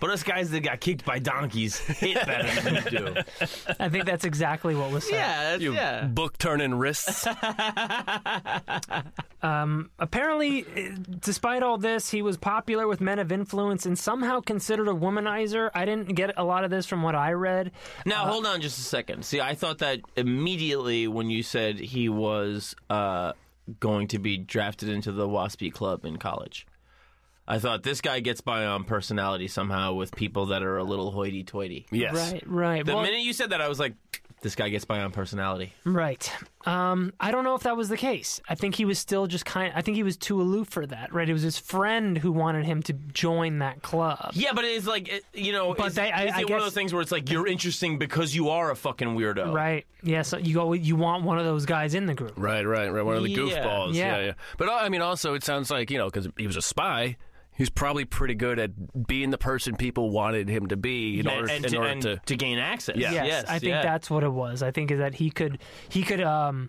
[SPEAKER 2] but us guys that got kicked by donkeys <laughs> hit better than you do.
[SPEAKER 3] I think that's exactly what was said.
[SPEAKER 2] Yeah, that's,
[SPEAKER 4] You
[SPEAKER 2] yeah.
[SPEAKER 4] book turning wrists.
[SPEAKER 3] Apparently, eh, despite all this, he was popular with men of influence and somehow considered a womanizer. I didn't get a lot of this from what I read.
[SPEAKER 2] Now hold on just a second. See, I thought that immediately when you said he was uh, going to be drafted into the Waspy Club in college. I thought this guy gets by on personality somehow with people that are a little hoity-toity.
[SPEAKER 4] yes.
[SPEAKER 3] Right, right.
[SPEAKER 2] The
[SPEAKER 3] well,
[SPEAKER 2] minute you said that, I was like, this guy gets by on personality.
[SPEAKER 3] Right. Um, I don't know if that was the case. I think he was still just kind. I think he was too aloof for that. Right. It was his friend who wanted him to join that club.
[SPEAKER 2] Yeah, but it's like it- you know,
[SPEAKER 3] But
[SPEAKER 2] is,
[SPEAKER 3] they- I-
[SPEAKER 2] is
[SPEAKER 3] I
[SPEAKER 2] it one
[SPEAKER 3] guess-
[SPEAKER 2] of those things where it's like you're interesting because you are a fucking weirdo,
[SPEAKER 3] Right. Yeah. So you go. You want one of those guys in the group.
[SPEAKER 4] Right, right, right. One of the
[SPEAKER 2] Yeah.
[SPEAKER 4] goofballs.
[SPEAKER 3] Yeah.
[SPEAKER 4] Yeah. yeah, But uh, I mean, also, it sounds like, you know, because he was a spy, he's probably pretty good at being the person people wanted him to be in
[SPEAKER 2] And,
[SPEAKER 4] order,
[SPEAKER 2] and
[SPEAKER 4] in
[SPEAKER 2] to,
[SPEAKER 4] order
[SPEAKER 2] and
[SPEAKER 4] to.
[SPEAKER 2] to gain access.
[SPEAKER 4] Yeah.
[SPEAKER 2] Yes,
[SPEAKER 3] I think
[SPEAKER 2] yeah.
[SPEAKER 3] that's what it was. I think that he could he could um,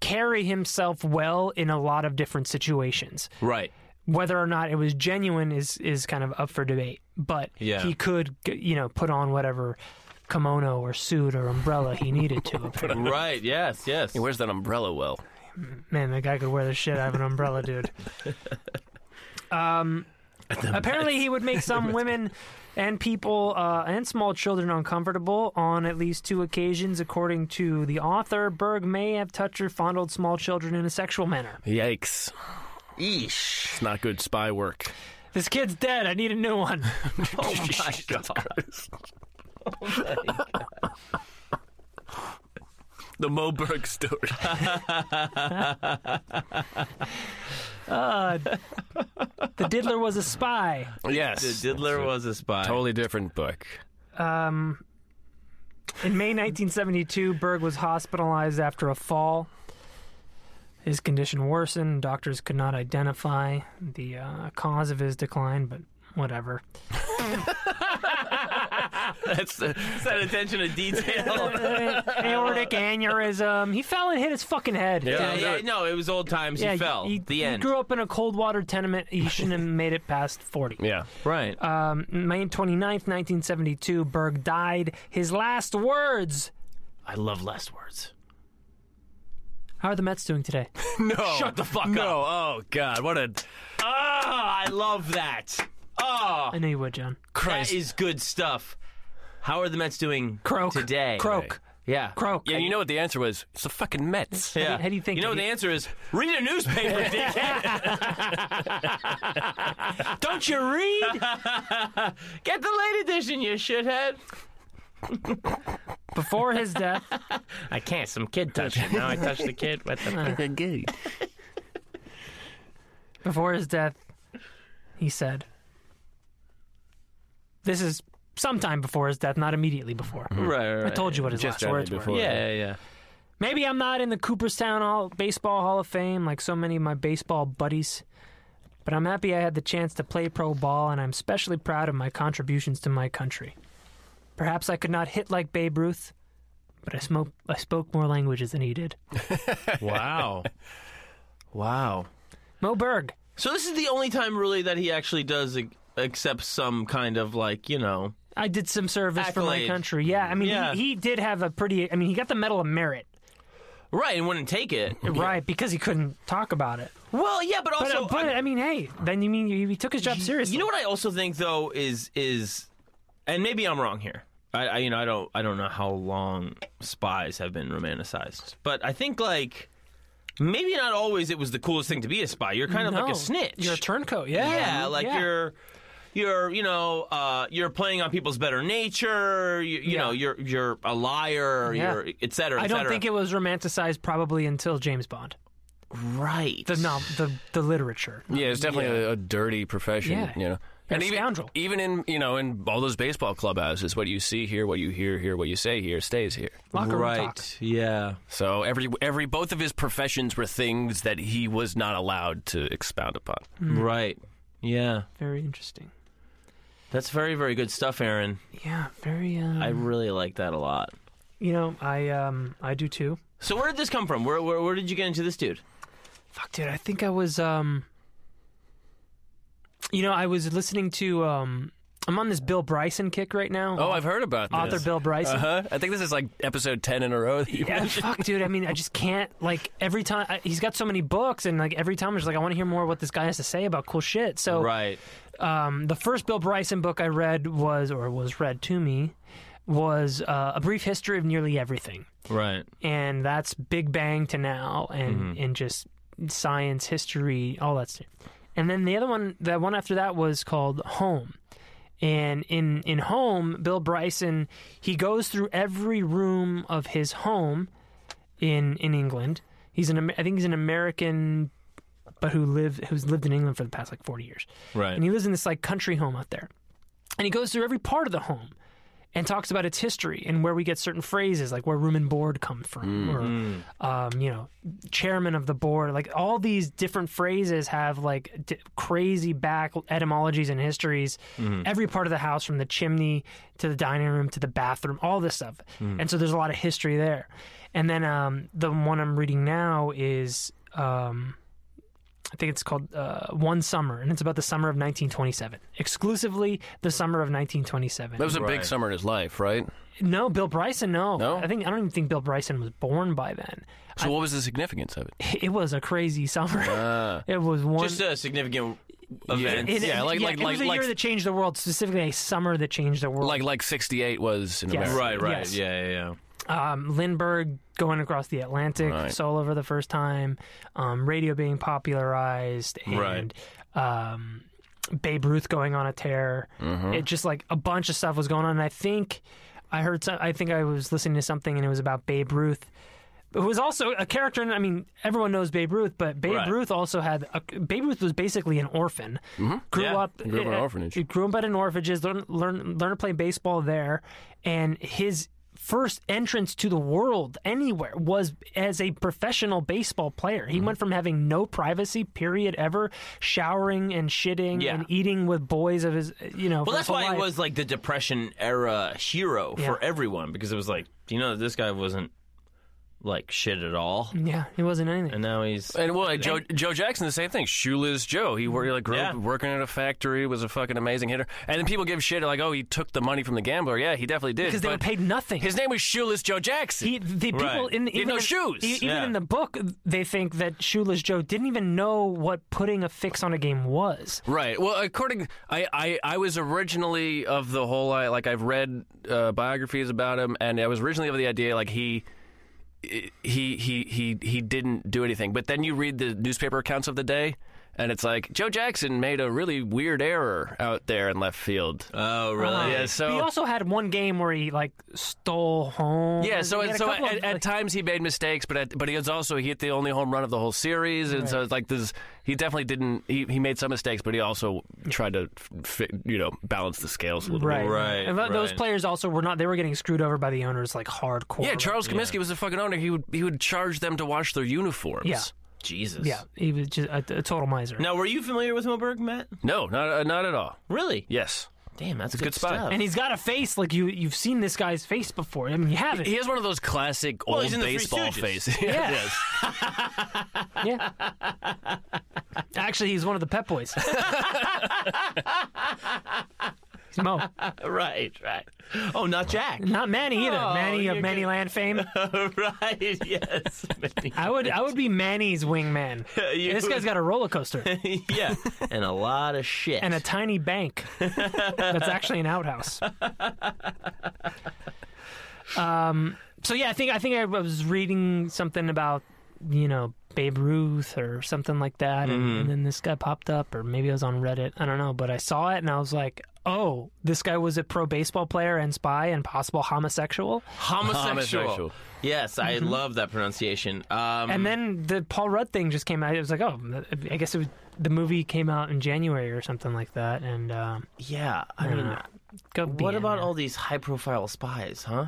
[SPEAKER 3] carry himself well in a lot of different situations.
[SPEAKER 2] right.
[SPEAKER 3] whether or not it was genuine is is kind of up for debate. But
[SPEAKER 2] Yeah.
[SPEAKER 3] he could, g- you know, put on whatever kimono or suit or umbrella he needed to. apparently.
[SPEAKER 2] Right. Yes. Yes.
[SPEAKER 4] Where's that umbrella well?
[SPEAKER 3] Man, that guy could wear the shit out of an umbrella, dude. Um, apparently, he would make some women and people uh, and small children uncomfortable on at least two occasions, according to the author. Berg may have touched or fondled small children in a sexual manner.
[SPEAKER 4] Yikes.
[SPEAKER 2] Eesh.
[SPEAKER 4] It's not good spy work.
[SPEAKER 3] This kid's dead. I need a new one.
[SPEAKER 2] Oh my god.
[SPEAKER 4] The Moberg story.
[SPEAKER 3] Uh, the diddler was a spy.
[SPEAKER 4] <laughs> yes.
[SPEAKER 2] The diddler was a spy. <laughs>
[SPEAKER 4] Totally different book.
[SPEAKER 3] Um, in May 1972, Berg was hospitalized after a fall. His condition worsened. Doctors could not identify the uh, cause of his decline, but whatever. <laughs>
[SPEAKER 4] That's the,
[SPEAKER 2] It's that attention to <laughs>
[SPEAKER 3] <laughs>
[SPEAKER 2] detail.
[SPEAKER 3] Uh, Aortic aneurysm. He fell and hit his fucking head.
[SPEAKER 2] yeah,
[SPEAKER 4] Yeah,
[SPEAKER 2] yeah, no, it was old times. he fell. the
[SPEAKER 3] he
[SPEAKER 2] end.
[SPEAKER 3] grew up in a cold water tenement. He shouldn't have made it past 40.
[SPEAKER 4] yeah. <laughs>
[SPEAKER 2] right.
[SPEAKER 3] Um, May 29th, 1972, Berg died. His last words.
[SPEAKER 2] I love last words.
[SPEAKER 3] How are the Mets doing today?
[SPEAKER 4] No.
[SPEAKER 2] Shut the fuck
[SPEAKER 4] no.
[SPEAKER 2] up.
[SPEAKER 4] Oh, God. What a.
[SPEAKER 2] Oh, I love that. Oh,
[SPEAKER 3] I know you would, John.
[SPEAKER 2] Christ. that is good stuff. How are the Mets doing
[SPEAKER 3] Croak.
[SPEAKER 2] today?
[SPEAKER 3] Croak.
[SPEAKER 2] Yeah.
[SPEAKER 3] Croak.
[SPEAKER 4] Yeah, you know what the answer was? It's the
[SPEAKER 2] <laughs>
[SPEAKER 4] fucking Mets.
[SPEAKER 2] Yeah.
[SPEAKER 3] how do you think
[SPEAKER 2] You know
[SPEAKER 3] it-
[SPEAKER 2] what the answer is? Read a <laughs> newspaper, dickhead. <laughs>
[SPEAKER 3] Don't you read?
[SPEAKER 2] Get the late edition, you shithead.
[SPEAKER 3] Before his death,
[SPEAKER 2] I can't. Some kid touched it. Now I touched the kid. What <laughs> the
[SPEAKER 3] before his death, he said, "This is sometime before his death, not immediately before."
[SPEAKER 2] Right, right,
[SPEAKER 3] I told you what his
[SPEAKER 4] Mm-hmm. Just
[SPEAKER 3] last
[SPEAKER 4] right
[SPEAKER 3] words
[SPEAKER 4] before.
[SPEAKER 3] were.
[SPEAKER 2] Yeah, yeah, yeah.
[SPEAKER 3] Maybe I'm not in the Cooperstown Hall, Baseball Hall of Fame like so many of my baseball buddies, but I'm happy I had the chance to play pro ball, and I'm especially proud of my contributions to my country. Perhaps I could not hit like Babe Ruth, but I smoke I spoke more languages than he did.
[SPEAKER 2] Wow. wow.
[SPEAKER 3] Mo Berg.
[SPEAKER 2] So this is the only time really that he actually does ac- accept some kind of like, you know,
[SPEAKER 3] I did some service for my
[SPEAKER 2] Accolade.
[SPEAKER 3] country. Yeah, I mean,
[SPEAKER 2] Yeah.
[SPEAKER 3] He, he did have a pretty. I mean, he got the Medal of Merit,
[SPEAKER 2] right, and wouldn't take <laughs> it.
[SPEAKER 3] right? Because he couldn't talk about it.
[SPEAKER 2] Well, yeah, but uh,
[SPEAKER 3] But, uh,
[SPEAKER 2] also
[SPEAKER 3] but I, mean, hey, then you mean he, he took his job seriously?
[SPEAKER 2] You know what I also think though is is, and maybe I'm wrong here. I, I you know I don't I don't know how long spies have been romanticized, but I think like maybe not always it was the coolest thing to be a spy. You're kind of like
[SPEAKER 3] No,
[SPEAKER 2] a snitch.
[SPEAKER 3] You're a turncoat. Yeah,
[SPEAKER 2] yeah, like
[SPEAKER 3] yeah.
[SPEAKER 2] you're. You're, you know, uh, you're playing on people's better nature. You, you
[SPEAKER 3] Yeah.
[SPEAKER 2] know, you're you're a liar.
[SPEAKER 3] Yeah.
[SPEAKER 2] You're et cetera. Et
[SPEAKER 3] I don't
[SPEAKER 2] cetera.
[SPEAKER 3] think it was romanticized probably until James Bond.
[SPEAKER 2] right.
[SPEAKER 3] The no, the the literature.
[SPEAKER 4] Yeah, it's definitely A, a dirty profession.
[SPEAKER 3] Yeah.
[SPEAKER 4] You know.
[SPEAKER 3] You're
[SPEAKER 4] and
[SPEAKER 3] a
[SPEAKER 4] even,
[SPEAKER 3] scoundrel.
[SPEAKER 4] even in you know in all those baseball clubhouses, what you see here, what you hear here, what you say here stays here.
[SPEAKER 3] Locker room
[SPEAKER 2] right.
[SPEAKER 3] talk.
[SPEAKER 2] Yeah.
[SPEAKER 4] So every every both of his professions were things that he was not allowed to expound upon.
[SPEAKER 2] Mm-hmm.
[SPEAKER 3] Hmm.
[SPEAKER 2] Right. Yeah.
[SPEAKER 3] Very interesting.
[SPEAKER 2] That's very very good stuff, Aaron.
[SPEAKER 3] Yeah, very. Um,
[SPEAKER 2] I really like that a lot.
[SPEAKER 3] you know, I um, I do too.
[SPEAKER 2] So where did this come from? Where where, where did you get into this dude?
[SPEAKER 3] Fuck, dude. I think I was um. You know, I was listening to um. I'm on this Bill Bryson kick right now.
[SPEAKER 4] Oh, I've heard about this.
[SPEAKER 3] author Bill Bryson.
[SPEAKER 4] Uh huh. I think this is like episode ten in a row. that you-
[SPEAKER 3] <laughs> Yeah, fuck, dude. I mean, I just can't. Like every time, I, he's got so many books, and like every time, I'm just like, I want to hear more what this guy has to say about cool shit. So,
[SPEAKER 2] Right.
[SPEAKER 3] um, the first Bill Bryson book I read was, or was read to me, was uh, a brief history of nearly everything,
[SPEAKER 2] Right.
[SPEAKER 3] and that's Big Bang to now, and and just science, history, all that stuff. And then the other one, the one after that was called Home. And in in Home, Bill Bryson he goes through every room of his home in in England. He's an Am- I think he's an American, but who lived who's lived in England for the past like forty years.
[SPEAKER 2] Right.
[SPEAKER 3] And he lives in this like country home out there, and he goes through every part of the home, and talks about its history and where we get certain phrases like where room and board come from, or um, you know, chairman of the board. Like all these different phrases have like d- crazy back etymologies and histories. Every part of the house, from the chimney to the dining room to the bathroom, all this stuff. And so there's a lot of history there. And then um, the one I'm reading now is. Um, I think it's called uh, One Summer, and it's about the summer of 1927. Exclusively the summer of 1927.
[SPEAKER 4] That was a big
[SPEAKER 2] Right.
[SPEAKER 4] summer in his life, right?
[SPEAKER 3] No, Bill Bryson. No,
[SPEAKER 4] No?
[SPEAKER 3] I think I don't even think Bill Bryson was born by then.
[SPEAKER 4] So what was the significance of
[SPEAKER 3] <laughs>
[SPEAKER 4] it?
[SPEAKER 3] It was a crazy summer. <laughs> it was one.
[SPEAKER 2] Just a significant event.
[SPEAKER 3] it,
[SPEAKER 4] yeah, like- like-
[SPEAKER 3] it was
[SPEAKER 4] like-
[SPEAKER 3] a year
[SPEAKER 4] like-
[SPEAKER 3] that changed the world. Specifically, a summer that changed the world.
[SPEAKER 4] Like like sixty eight was in
[SPEAKER 3] Yes.
[SPEAKER 4] America.
[SPEAKER 2] right. Right.
[SPEAKER 3] Yes.
[SPEAKER 2] Yeah. Yeah. Yeah.
[SPEAKER 3] um, Lindbergh going across the Atlantic
[SPEAKER 4] Right.
[SPEAKER 3] solo for the first time, um, radio being popularized, and um, Babe Ruth going on a tear.
[SPEAKER 4] Mm-hmm.
[SPEAKER 3] It just like a bunch of stuff was going on. And I think I heard. Some, I think I was listening to something, and it was about Babe Ruth. Who was also a character, in, I mean, everyone knows Babe Ruth, but Babe
[SPEAKER 2] Right.
[SPEAKER 3] Ruth also had a, Babe Ruth was basically an orphan. Grew
[SPEAKER 2] Yeah.
[SPEAKER 3] up,
[SPEAKER 4] Mm-hmm. Grew up in an
[SPEAKER 3] uh,
[SPEAKER 4] orphanage.
[SPEAKER 3] he grew up in orphanages, learn learn learn to play baseball there, and his first entrance to the world anywhere was as a professional baseball player.
[SPEAKER 2] Mm-hmm.
[SPEAKER 3] He went from having no privacy period ever, showering and shitting
[SPEAKER 2] Yeah.
[SPEAKER 3] and eating with boys of his, you know.
[SPEAKER 2] Well, that's why it was like the Depression era hero for
[SPEAKER 3] Yeah.
[SPEAKER 2] everyone because it was like you know this guy wasn't like shit at all,
[SPEAKER 3] Yeah, he wasn't anything.
[SPEAKER 2] and now he's
[SPEAKER 3] Uh-huh.
[SPEAKER 4] And well, Joe, Joe Jackson, the same thing. Shoeless Joe. He worked, like grew up
[SPEAKER 2] Yeah.
[SPEAKER 4] working at a factory, was a fucking amazing hitter. And then people give shit like, oh, he took the money from the gambler. Yeah, he definitely did.
[SPEAKER 3] because they were
[SPEAKER 4] but
[SPEAKER 3] paid nothing.
[SPEAKER 4] His name was Shoeless Joe Jackson.
[SPEAKER 3] He, the people
[SPEAKER 2] Right.
[SPEAKER 3] in
[SPEAKER 4] had
[SPEAKER 3] even
[SPEAKER 4] no
[SPEAKER 3] in-
[SPEAKER 4] shoes.
[SPEAKER 3] e- even
[SPEAKER 2] Yeah.
[SPEAKER 3] in the book, they think that Shoeless Joe didn't even know what putting a fix on a game was.
[SPEAKER 4] Right. Well, according, I, I, I was originally of the whole, I, like, I've read uh, biographies about him, and I was originally of the idea, like, he. He, he he he didn't do anything. But then you read the newspaper accounts of the day, and it's like Joe Jackson made a really weird error out there in left field.
[SPEAKER 2] oh really
[SPEAKER 4] yeah, so
[SPEAKER 3] he also had one game where he like stole home.
[SPEAKER 4] Yeah, so
[SPEAKER 3] He had
[SPEAKER 4] and
[SPEAKER 3] a
[SPEAKER 4] so
[SPEAKER 3] couple
[SPEAKER 4] at,
[SPEAKER 3] of,
[SPEAKER 4] at
[SPEAKER 3] like-
[SPEAKER 4] times he made mistakes, but at, but he was also he hit the only home run of the whole series, and so it's like this. He definitely didn't. He, he made some mistakes, but he also tried to fit, you know balance the scales a little
[SPEAKER 3] right,
[SPEAKER 4] bit.
[SPEAKER 2] Right,
[SPEAKER 3] And th- those
[SPEAKER 2] right.
[SPEAKER 3] players also were not; they were getting screwed over by the owners like hardcore.
[SPEAKER 4] Yeah, Charles Comiskey was the fucking owner. He would he would charge them to wash their uniforms.
[SPEAKER 3] Yeah.
[SPEAKER 2] Jesus.
[SPEAKER 3] Yeah, he was just a, a total miser.
[SPEAKER 2] Now, were you familiar with Moberg, Matt?
[SPEAKER 4] No, not uh, not at all.
[SPEAKER 2] Really?
[SPEAKER 4] Yes.
[SPEAKER 2] Damn, that's
[SPEAKER 4] a good spot.
[SPEAKER 2] stuff.
[SPEAKER 3] And he's got a face like you you've seen this guy's face before. I mean, you haven't.
[SPEAKER 4] He has one of those classic
[SPEAKER 2] Well,
[SPEAKER 4] old
[SPEAKER 2] he's in the Three
[SPEAKER 4] baseball
[SPEAKER 2] Stooges.
[SPEAKER 4] <laughs> faces.
[SPEAKER 3] Yeah.
[SPEAKER 4] Yes.
[SPEAKER 3] <laughs> Yeah. Actually, he's one of the Pep Boys. <laughs> He's Mo,
[SPEAKER 2] right, right. Oh, not <laughs> Jack.
[SPEAKER 3] not Manny either.
[SPEAKER 2] Oh,
[SPEAKER 3] Manny of
[SPEAKER 2] you're
[SPEAKER 3] Manny
[SPEAKER 2] good.
[SPEAKER 3] Land fame.
[SPEAKER 2] right, <laughs> yes.
[SPEAKER 3] I would I would be Manny's
[SPEAKER 4] <laughs>
[SPEAKER 3] wingman.
[SPEAKER 2] You-
[SPEAKER 3] This guy's got a roller coaster
[SPEAKER 2] <laughs> yeah, and a lot of shit.
[SPEAKER 3] and a tiny bank that's actually an outhouse. Um. So yeah, I think I think I was reading something about you know Babe Ruth or something like that, and, and then this guy popped up, or maybe I was on Reddit. I don't know, but I saw it and I was like. Oh, this guy was a pro baseball player and spy and possible homosexual.
[SPEAKER 2] homosexual. Mm-hmm.
[SPEAKER 4] Homosexual.
[SPEAKER 2] Yes, I love that pronunciation. Um,
[SPEAKER 3] And then the Paul Rudd thing just came out. It was like, oh, I guess it was, the movie came out in January or something like that. And um,
[SPEAKER 2] yeah, I mean,
[SPEAKER 3] uh, go be
[SPEAKER 2] Ah. what
[SPEAKER 3] in
[SPEAKER 2] about
[SPEAKER 3] there.
[SPEAKER 2] all these high-profile spies, huh?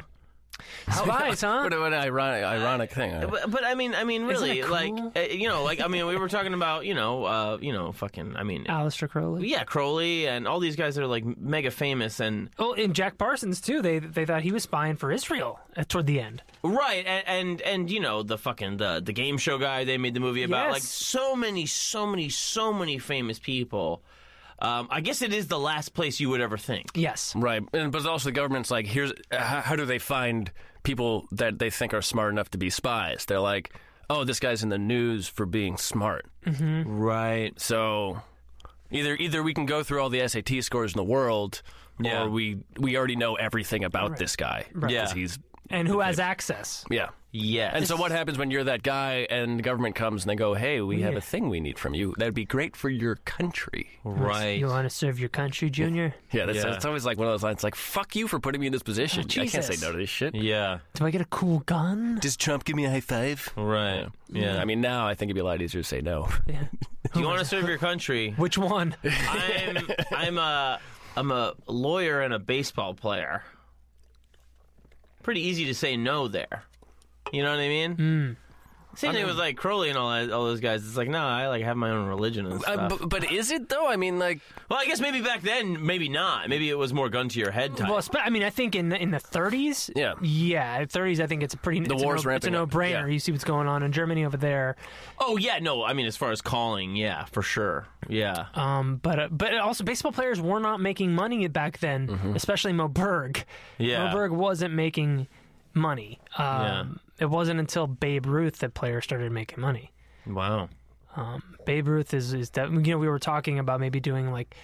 [SPEAKER 3] spies, huh?
[SPEAKER 4] What, what an ironic, ironic thing. huh?
[SPEAKER 2] But, but I mean, I mean,
[SPEAKER 3] Isn't
[SPEAKER 2] really,
[SPEAKER 3] it
[SPEAKER 2] like
[SPEAKER 3] cool?
[SPEAKER 2] uh, you know, like I mean, we were talking about you know, uh, you know, fucking. I mean,
[SPEAKER 3] Alistair Crowley.
[SPEAKER 2] yeah, Crowley and all these guys that are like mega famous and
[SPEAKER 3] Oh, and Jack Parsons too. They they thought he was spying for Israel uh, toward the end.
[SPEAKER 2] Right, and, and and you know the fucking the the game show guy they made the movie about,
[SPEAKER 3] Yes.
[SPEAKER 2] like so many, so many, so many famous people. Um, I guess it is the last place you would ever think.
[SPEAKER 3] Yes.
[SPEAKER 4] Right, and, but also the government's like, here's how, how do they find people that they think are smart enough to be spies? They're like, oh, this guy's in the news for being smart.
[SPEAKER 2] Right.
[SPEAKER 4] So either either we can go through all the SAT scores in the world,
[SPEAKER 2] Yeah.
[SPEAKER 4] or we we already know everything about this guy. Right.
[SPEAKER 2] Yeah.
[SPEAKER 4] he's
[SPEAKER 3] And who has access?
[SPEAKER 4] yeah.
[SPEAKER 2] Yes.
[SPEAKER 4] And so what happens when you're that guy and the government comes and they go, hey, we have
[SPEAKER 3] Yeah.
[SPEAKER 4] a thing we need from you. That'd be great for your country.
[SPEAKER 2] Right.
[SPEAKER 3] You want to serve your country, Junior?
[SPEAKER 4] Yeah, that's,
[SPEAKER 2] Yeah.
[SPEAKER 4] that's always like one of those lines like, fuck you for putting me in this position. I can't say
[SPEAKER 3] Jesus.
[SPEAKER 4] no to this shit.
[SPEAKER 2] Yeah.
[SPEAKER 3] Do I get a cool gun?
[SPEAKER 4] Does Trump give me a high five?
[SPEAKER 2] Right. Yeah.
[SPEAKER 4] I mean, now I think it'd be a lot easier to say no.
[SPEAKER 3] Yeah.
[SPEAKER 2] Do you want to serve your country?
[SPEAKER 3] Which
[SPEAKER 4] <laughs>
[SPEAKER 3] one?
[SPEAKER 2] I'm I'm a I'm a lawyer and a baseball player. Pretty easy to say no there. You know what I mean?
[SPEAKER 3] Hmm.
[SPEAKER 2] Same thing with like Crowley and all that- all those guys. It's like no, I like have my own religion and stuff.
[SPEAKER 4] Uh, but, but is it though? I mean, like,
[SPEAKER 2] Well, I guess maybe back then, maybe not. Maybe it was more gun to your head type.
[SPEAKER 3] Well, spe- I mean, I think in the, in the 30s,
[SPEAKER 4] Yeah.
[SPEAKER 3] yeah, 30s. I think it's a pretty the it's
[SPEAKER 4] war's
[SPEAKER 3] a no, it's a
[SPEAKER 4] ramping up.
[SPEAKER 3] no-brainer.
[SPEAKER 4] Yeah.
[SPEAKER 3] You see what's going on in Germany over there.
[SPEAKER 2] oh yeah, no. I mean, as far as calling, yeah, for sure. Yeah,
[SPEAKER 3] Um, but uh, but also baseball players were not making money back then,
[SPEAKER 4] Mm-hmm.
[SPEAKER 3] especially Moberg.
[SPEAKER 2] Yeah.
[SPEAKER 3] Moberg wasn't making money. Um, It wasn't until Babe Ruth that players started making money.
[SPEAKER 2] wow.
[SPEAKER 3] Babe Ruth is is that you know we were talking about maybe doing like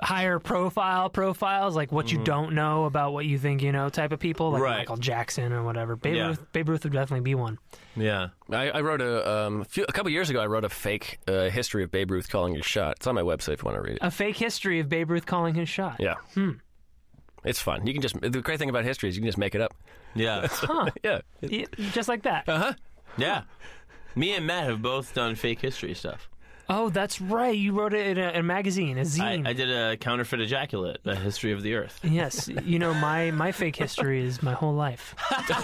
[SPEAKER 3] higher profile profiles like what you don't know about what you think you know type of people like
[SPEAKER 2] Mm-hmm. Right.
[SPEAKER 3] Michael Jackson or whatever. Babe
[SPEAKER 2] Yeah.
[SPEAKER 3] Ruth Babe Ruth would definitely be one.
[SPEAKER 2] Yeah,
[SPEAKER 4] I, I wrote a um, few, a couple years ago. I wrote a fake uh, history of Babe Ruth calling his shot. It's on my website if you want to read it.
[SPEAKER 3] A fake history of Babe Ruth calling his shot.
[SPEAKER 4] Yeah, it's fun. You can just the great thing about history is you can just make it up.
[SPEAKER 2] yeah,
[SPEAKER 3] Huh.
[SPEAKER 4] Yeah,
[SPEAKER 3] Yeah, Just like that.
[SPEAKER 2] Uh-huh. yeah. Me and Matt have both done fake history stuff.
[SPEAKER 3] oh, that's right. You wrote it in a, in a magazine, a
[SPEAKER 2] I,
[SPEAKER 3] zine.
[SPEAKER 2] I did a counterfeit ejaculate, a history of the earth.
[SPEAKER 3] Yes, you know my my fake history is my whole
[SPEAKER 2] <laughs>
[SPEAKER 3] life.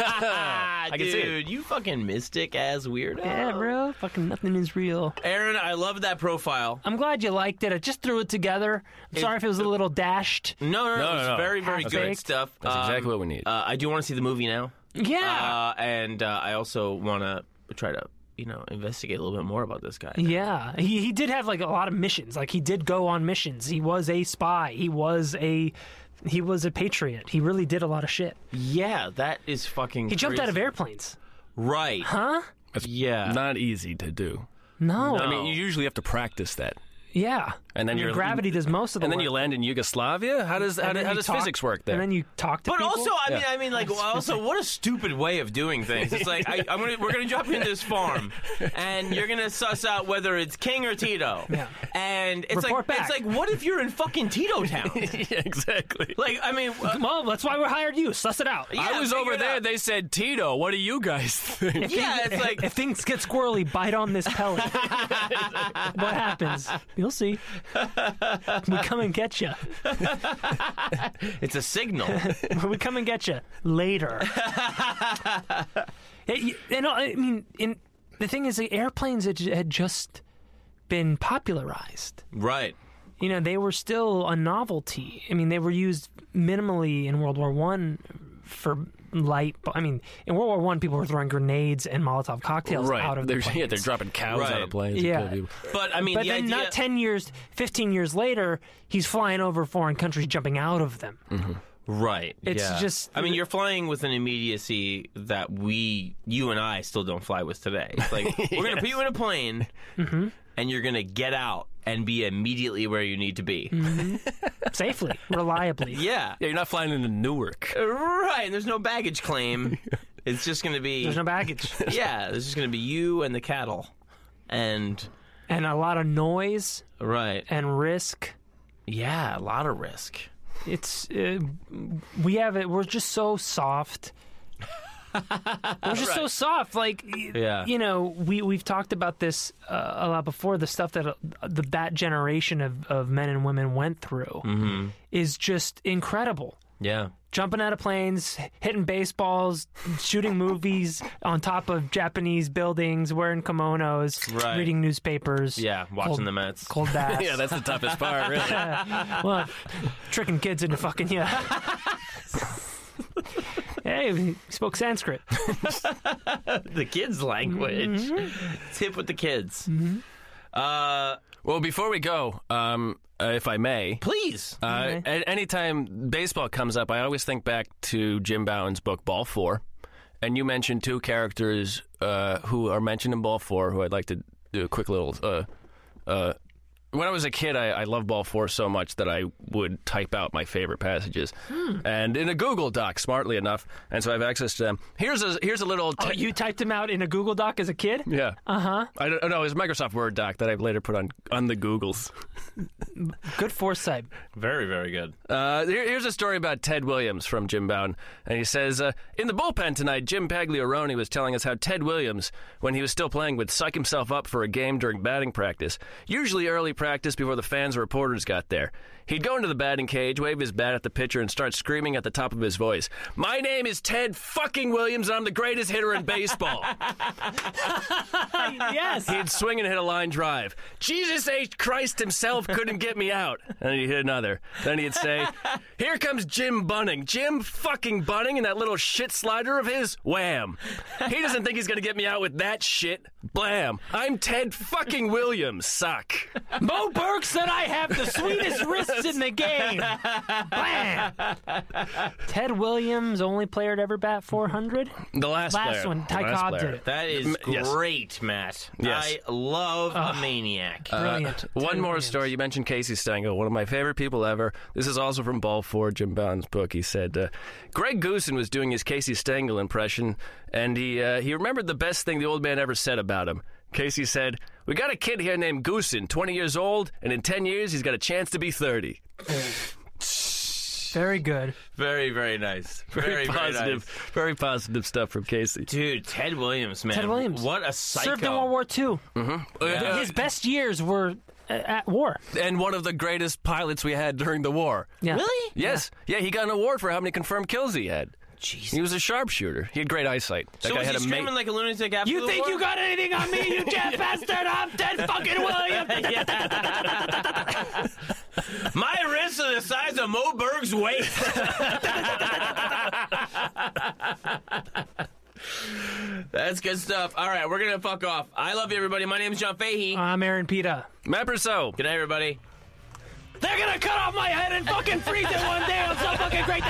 [SPEAKER 2] Ah,
[SPEAKER 4] can see it.
[SPEAKER 2] dude, you fucking mystic ass weirdo.
[SPEAKER 3] Yeah, bro, fucking nothing is real.
[SPEAKER 2] Aaron, I love that profile.
[SPEAKER 3] I'm glad you liked it. I just threw it together. I'm sorry if it was a little dashed.
[SPEAKER 2] No, no, no,
[SPEAKER 4] No, no,
[SPEAKER 2] it's
[SPEAKER 4] no.
[SPEAKER 2] very, very
[SPEAKER 3] Half
[SPEAKER 2] good
[SPEAKER 3] baked.
[SPEAKER 2] stuff.
[SPEAKER 4] That's
[SPEAKER 2] Um,
[SPEAKER 4] exactly what we need.
[SPEAKER 2] Uh, I do want to see the movie now.
[SPEAKER 3] Yeah,
[SPEAKER 2] Uh, and uh, I also want to try to, you know, investigate a little bit more about this guy.
[SPEAKER 3] yeah. He he did have like a lot of missions. Like he did go on missions. He was a spy. He was a he was a patriot. He really did a lot of shit.
[SPEAKER 2] Yeah, that is fucking.
[SPEAKER 3] He jumped out of airplanes.
[SPEAKER 2] Right.
[SPEAKER 3] Huh?
[SPEAKER 2] Yeah.
[SPEAKER 4] not easy to do. Oh.
[SPEAKER 3] No.
[SPEAKER 2] No.
[SPEAKER 4] I mean, you usually have to practice that,
[SPEAKER 3] Yeah.
[SPEAKER 4] and then
[SPEAKER 3] Your
[SPEAKER 4] you're-
[SPEAKER 3] gravity does most of the
[SPEAKER 4] and then
[SPEAKER 3] work.
[SPEAKER 4] you land in Yugoslavia. How does how,
[SPEAKER 3] And
[SPEAKER 4] do,
[SPEAKER 3] then
[SPEAKER 4] how
[SPEAKER 3] you
[SPEAKER 4] does
[SPEAKER 3] talk-
[SPEAKER 4] physics work there?
[SPEAKER 3] And then you talk to
[SPEAKER 2] But
[SPEAKER 3] people.
[SPEAKER 2] also, I mean,
[SPEAKER 4] Yeah.
[SPEAKER 2] I mean, like, well, also, what a stupid way of doing things. It's like I, I'm gonna, we're gonna drop you into this farm, and you're gonna suss out whether it's King or Tito.
[SPEAKER 3] Yeah.
[SPEAKER 2] And it's
[SPEAKER 3] Report
[SPEAKER 2] like, it's
[SPEAKER 3] back.
[SPEAKER 2] like, what if you're in fucking Tito
[SPEAKER 3] <laughs>
[SPEAKER 2] Town?
[SPEAKER 4] <laughs> yeah, exactly.
[SPEAKER 2] like, I mean, uh,
[SPEAKER 3] <laughs> well, that's why we hired you. Suss it out.
[SPEAKER 2] yeah,
[SPEAKER 4] I was
[SPEAKER 2] figure
[SPEAKER 4] over
[SPEAKER 2] it
[SPEAKER 4] there.
[SPEAKER 2] out.
[SPEAKER 4] They said, "Tito, what do you guys think?"
[SPEAKER 2] yeah, it's like,
[SPEAKER 3] <laughs> if things get squirrely, bite on this pellet.
[SPEAKER 4] <laughs>
[SPEAKER 3] what happens? You'll see. We come and get you.
[SPEAKER 2] it's a signal.
[SPEAKER 3] We come and get you later.
[SPEAKER 4] <laughs>
[SPEAKER 3] It- and I mean, in, the thing is, the airplanes had, had just been popularized.
[SPEAKER 2] right.
[SPEAKER 3] you know they were still a novelty. I mean, they were used minimally in World War One for light. bu- I mean, in World War One, people were throwing grenades and Molotov cocktails
[SPEAKER 4] right.
[SPEAKER 3] out of
[SPEAKER 4] they're, <laughs>
[SPEAKER 3] the planes.
[SPEAKER 4] yeah, they're dropping cows out
[SPEAKER 2] Right.
[SPEAKER 4] of planes. to
[SPEAKER 3] Yeah.
[SPEAKER 4] kill people.
[SPEAKER 2] But I mean,
[SPEAKER 3] but
[SPEAKER 2] the
[SPEAKER 3] then
[SPEAKER 2] idea,
[SPEAKER 3] not 10 years 15 years later he's flying over foreign countries jumping out of them
[SPEAKER 4] Mm.
[SPEAKER 2] right?
[SPEAKER 3] It's
[SPEAKER 2] yeah.
[SPEAKER 3] just-
[SPEAKER 2] I mean, you're flying with an immediacy that we, you and I, still don't fly with today. It's
[SPEAKER 3] <laughs>
[SPEAKER 2] like we're gonna put you in a plane,
[SPEAKER 3] Mm-hmm.
[SPEAKER 2] and you're gonna get out and be immediately where you need to be.
[SPEAKER 3] Mm-hmm.
[SPEAKER 4] <laughs>
[SPEAKER 3] safely reliably
[SPEAKER 2] Yeah,
[SPEAKER 4] Yeah, you're not flying into Newark.
[SPEAKER 2] right. And there's no baggage
[SPEAKER 3] <laughs>
[SPEAKER 2] claim. It's just gonna be
[SPEAKER 3] there's no baggage
[SPEAKER 2] <laughs> yeah. There's just gonna be you and the cattle, and
[SPEAKER 3] and a lot of noise
[SPEAKER 2] right.
[SPEAKER 3] and risk
[SPEAKER 2] Yeah, a lot of risk.
[SPEAKER 3] it's uh, we have it we're just so
[SPEAKER 2] <laughs>
[SPEAKER 3] soft we're just so soft like y-
[SPEAKER 2] Yeah.
[SPEAKER 3] you know we we've talked about this uh, a lot before the stuff that uh, the that generation of, of men and women went through
[SPEAKER 2] Mm-hmm.
[SPEAKER 3] is just incredible
[SPEAKER 2] Yeah.
[SPEAKER 3] jumping out of planes, hitting baseballs, shooting movies on top of Japanese buildings, wearing kimonos,
[SPEAKER 2] Right.
[SPEAKER 3] reading newspapers.
[SPEAKER 2] Yeah, watching
[SPEAKER 3] cold-
[SPEAKER 2] the Mets. <laughs>
[SPEAKER 3] Cold baths.
[SPEAKER 4] Yeah, that's the toughest part, really.
[SPEAKER 3] <laughs> well, tricking kids into fucking yeah. <laughs> hey, he spoke Sanskrit.
[SPEAKER 2] the kids' language.
[SPEAKER 3] Mm-hmm.
[SPEAKER 2] It's hip with the kids. Uh,
[SPEAKER 4] Well, before we go, um, uh, if I may,
[SPEAKER 2] please.
[SPEAKER 4] uh,
[SPEAKER 3] Okay.
[SPEAKER 4] a- anytime baseball comes up, I always think back to Jim Bowen's book Ball Four, and you mentioned two characters uh, who are mentioned in Ball Four, who I'd like to do a quick little. Uh, uh, when I was a kid, I, I loved Ball Four so much that I would type out my favorite passages,
[SPEAKER 3] Hmm.
[SPEAKER 4] and in a Google Doc, smartly enough, and so I have access to them. Here's a here's a little.
[SPEAKER 3] Oh,
[SPEAKER 4] te-
[SPEAKER 3] you Uh-huh. typed him out in a Google Doc as a kid?
[SPEAKER 4] yeah. Uh huh. I don't know. It was a Microsoft Word doc that I've later put on on the Googles.
[SPEAKER 3] Good foresight.
[SPEAKER 2] very, very good.
[SPEAKER 4] Uh, here- here's a story about Ted Williams from Jim Bound. And he says uh, In the bullpen tonight, Jim Pagliaroni was telling us how Ted Williams, when he was still playing, would psych himself up for a game during batting practice, usually early practice before the fans or reporters got there. He'd go into the batting cage, wave his bat at the pitcher, and start screaming at the top of his voice My name is Ted fucking Williams, and I'm the greatest hitter in baseball.
[SPEAKER 3] yes. <laughs>
[SPEAKER 4] He'd swing and hit a line drive. Jesus H. Christ himself couldn't get me out. And then he'd hit another. Then he'd say, Here comes Jim Bunning. Jim fucking Bunning and that little shit slider of his. Wham. He doesn't think he's going to get me out with that shit. Blam. I'm Ted fucking Williams. Suck.
[SPEAKER 3] Bo Burke said I have the sweetest wrists in the game. Bam. Ted Williams, only player to ever bat 400.
[SPEAKER 4] The last,
[SPEAKER 3] Last
[SPEAKER 4] player.
[SPEAKER 3] one, Ty
[SPEAKER 4] The last
[SPEAKER 3] Cobb
[SPEAKER 4] player.
[SPEAKER 3] did it.
[SPEAKER 2] That is
[SPEAKER 4] yes.
[SPEAKER 2] great, Matt.
[SPEAKER 4] Yes.
[SPEAKER 2] I love a maniac.
[SPEAKER 3] Brilliant.
[SPEAKER 4] Uh, One
[SPEAKER 3] Ted
[SPEAKER 4] more
[SPEAKER 3] Williams.
[SPEAKER 4] story. You mentioned Casey Stengel, one of my favorite people ever. This is also from Ball 4, Jim Bound's book. He said, uh, Greg Goosen was doing his Casey Stengel impression, and he, uh, he remembered the best thing the old man ever said about him. Casey said, We got a kid here named Goosen, 20 years old, and in 10 years, he's got a chance to be <laughs> 30.
[SPEAKER 3] Very good.
[SPEAKER 2] very, very nice. Very,
[SPEAKER 4] positive.
[SPEAKER 2] nice.
[SPEAKER 4] Very positive stuff from Casey.
[SPEAKER 2] Dude, Ted Williams, man.
[SPEAKER 3] Ted Williams.
[SPEAKER 2] What a psycho.
[SPEAKER 3] Served in World War II.
[SPEAKER 4] Uh,
[SPEAKER 3] His best years were uh, at war.
[SPEAKER 4] and one of the greatest pilots we had during the war.
[SPEAKER 3] Yeah.
[SPEAKER 2] Really?
[SPEAKER 4] Yes. Yeah. he got an award for how many confirmed kills he had.
[SPEAKER 2] Jesus.
[SPEAKER 4] He was a sharpshooter. He had great eyesight. That
[SPEAKER 2] So
[SPEAKER 4] guy
[SPEAKER 2] was
[SPEAKER 4] had
[SPEAKER 2] he
[SPEAKER 4] a mate.
[SPEAKER 2] screaming like a lunatic after
[SPEAKER 3] You
[SPEAKER 2] the
[SPEAKER 3] think
[SPEAKER 2] war?
[SPEAKER 3] you
[SPEAKER 2] <laughs>
[SPEAKER 3] got anything on me, you
[SPEAKER 4] <laughs>
[SPEAKER 3] Jeff bastard? I'm Ted fucking Williams.
[SPEAKER 2] My wrists are the size of Mo Berg's waist. <laughs> That's good stuff. All right, we're gonna fuck off. I love you, everybody. My name's John Fahey.
[SPEAKER 3] I'm Aaron Pita.
[SPEAKER 4] Matt Brousseau.
[SPEAKER 2] good night, everybody.
[SPEAKER 3] They're gonna cut off my head and fucking freeze it one day. I'm so fucking great.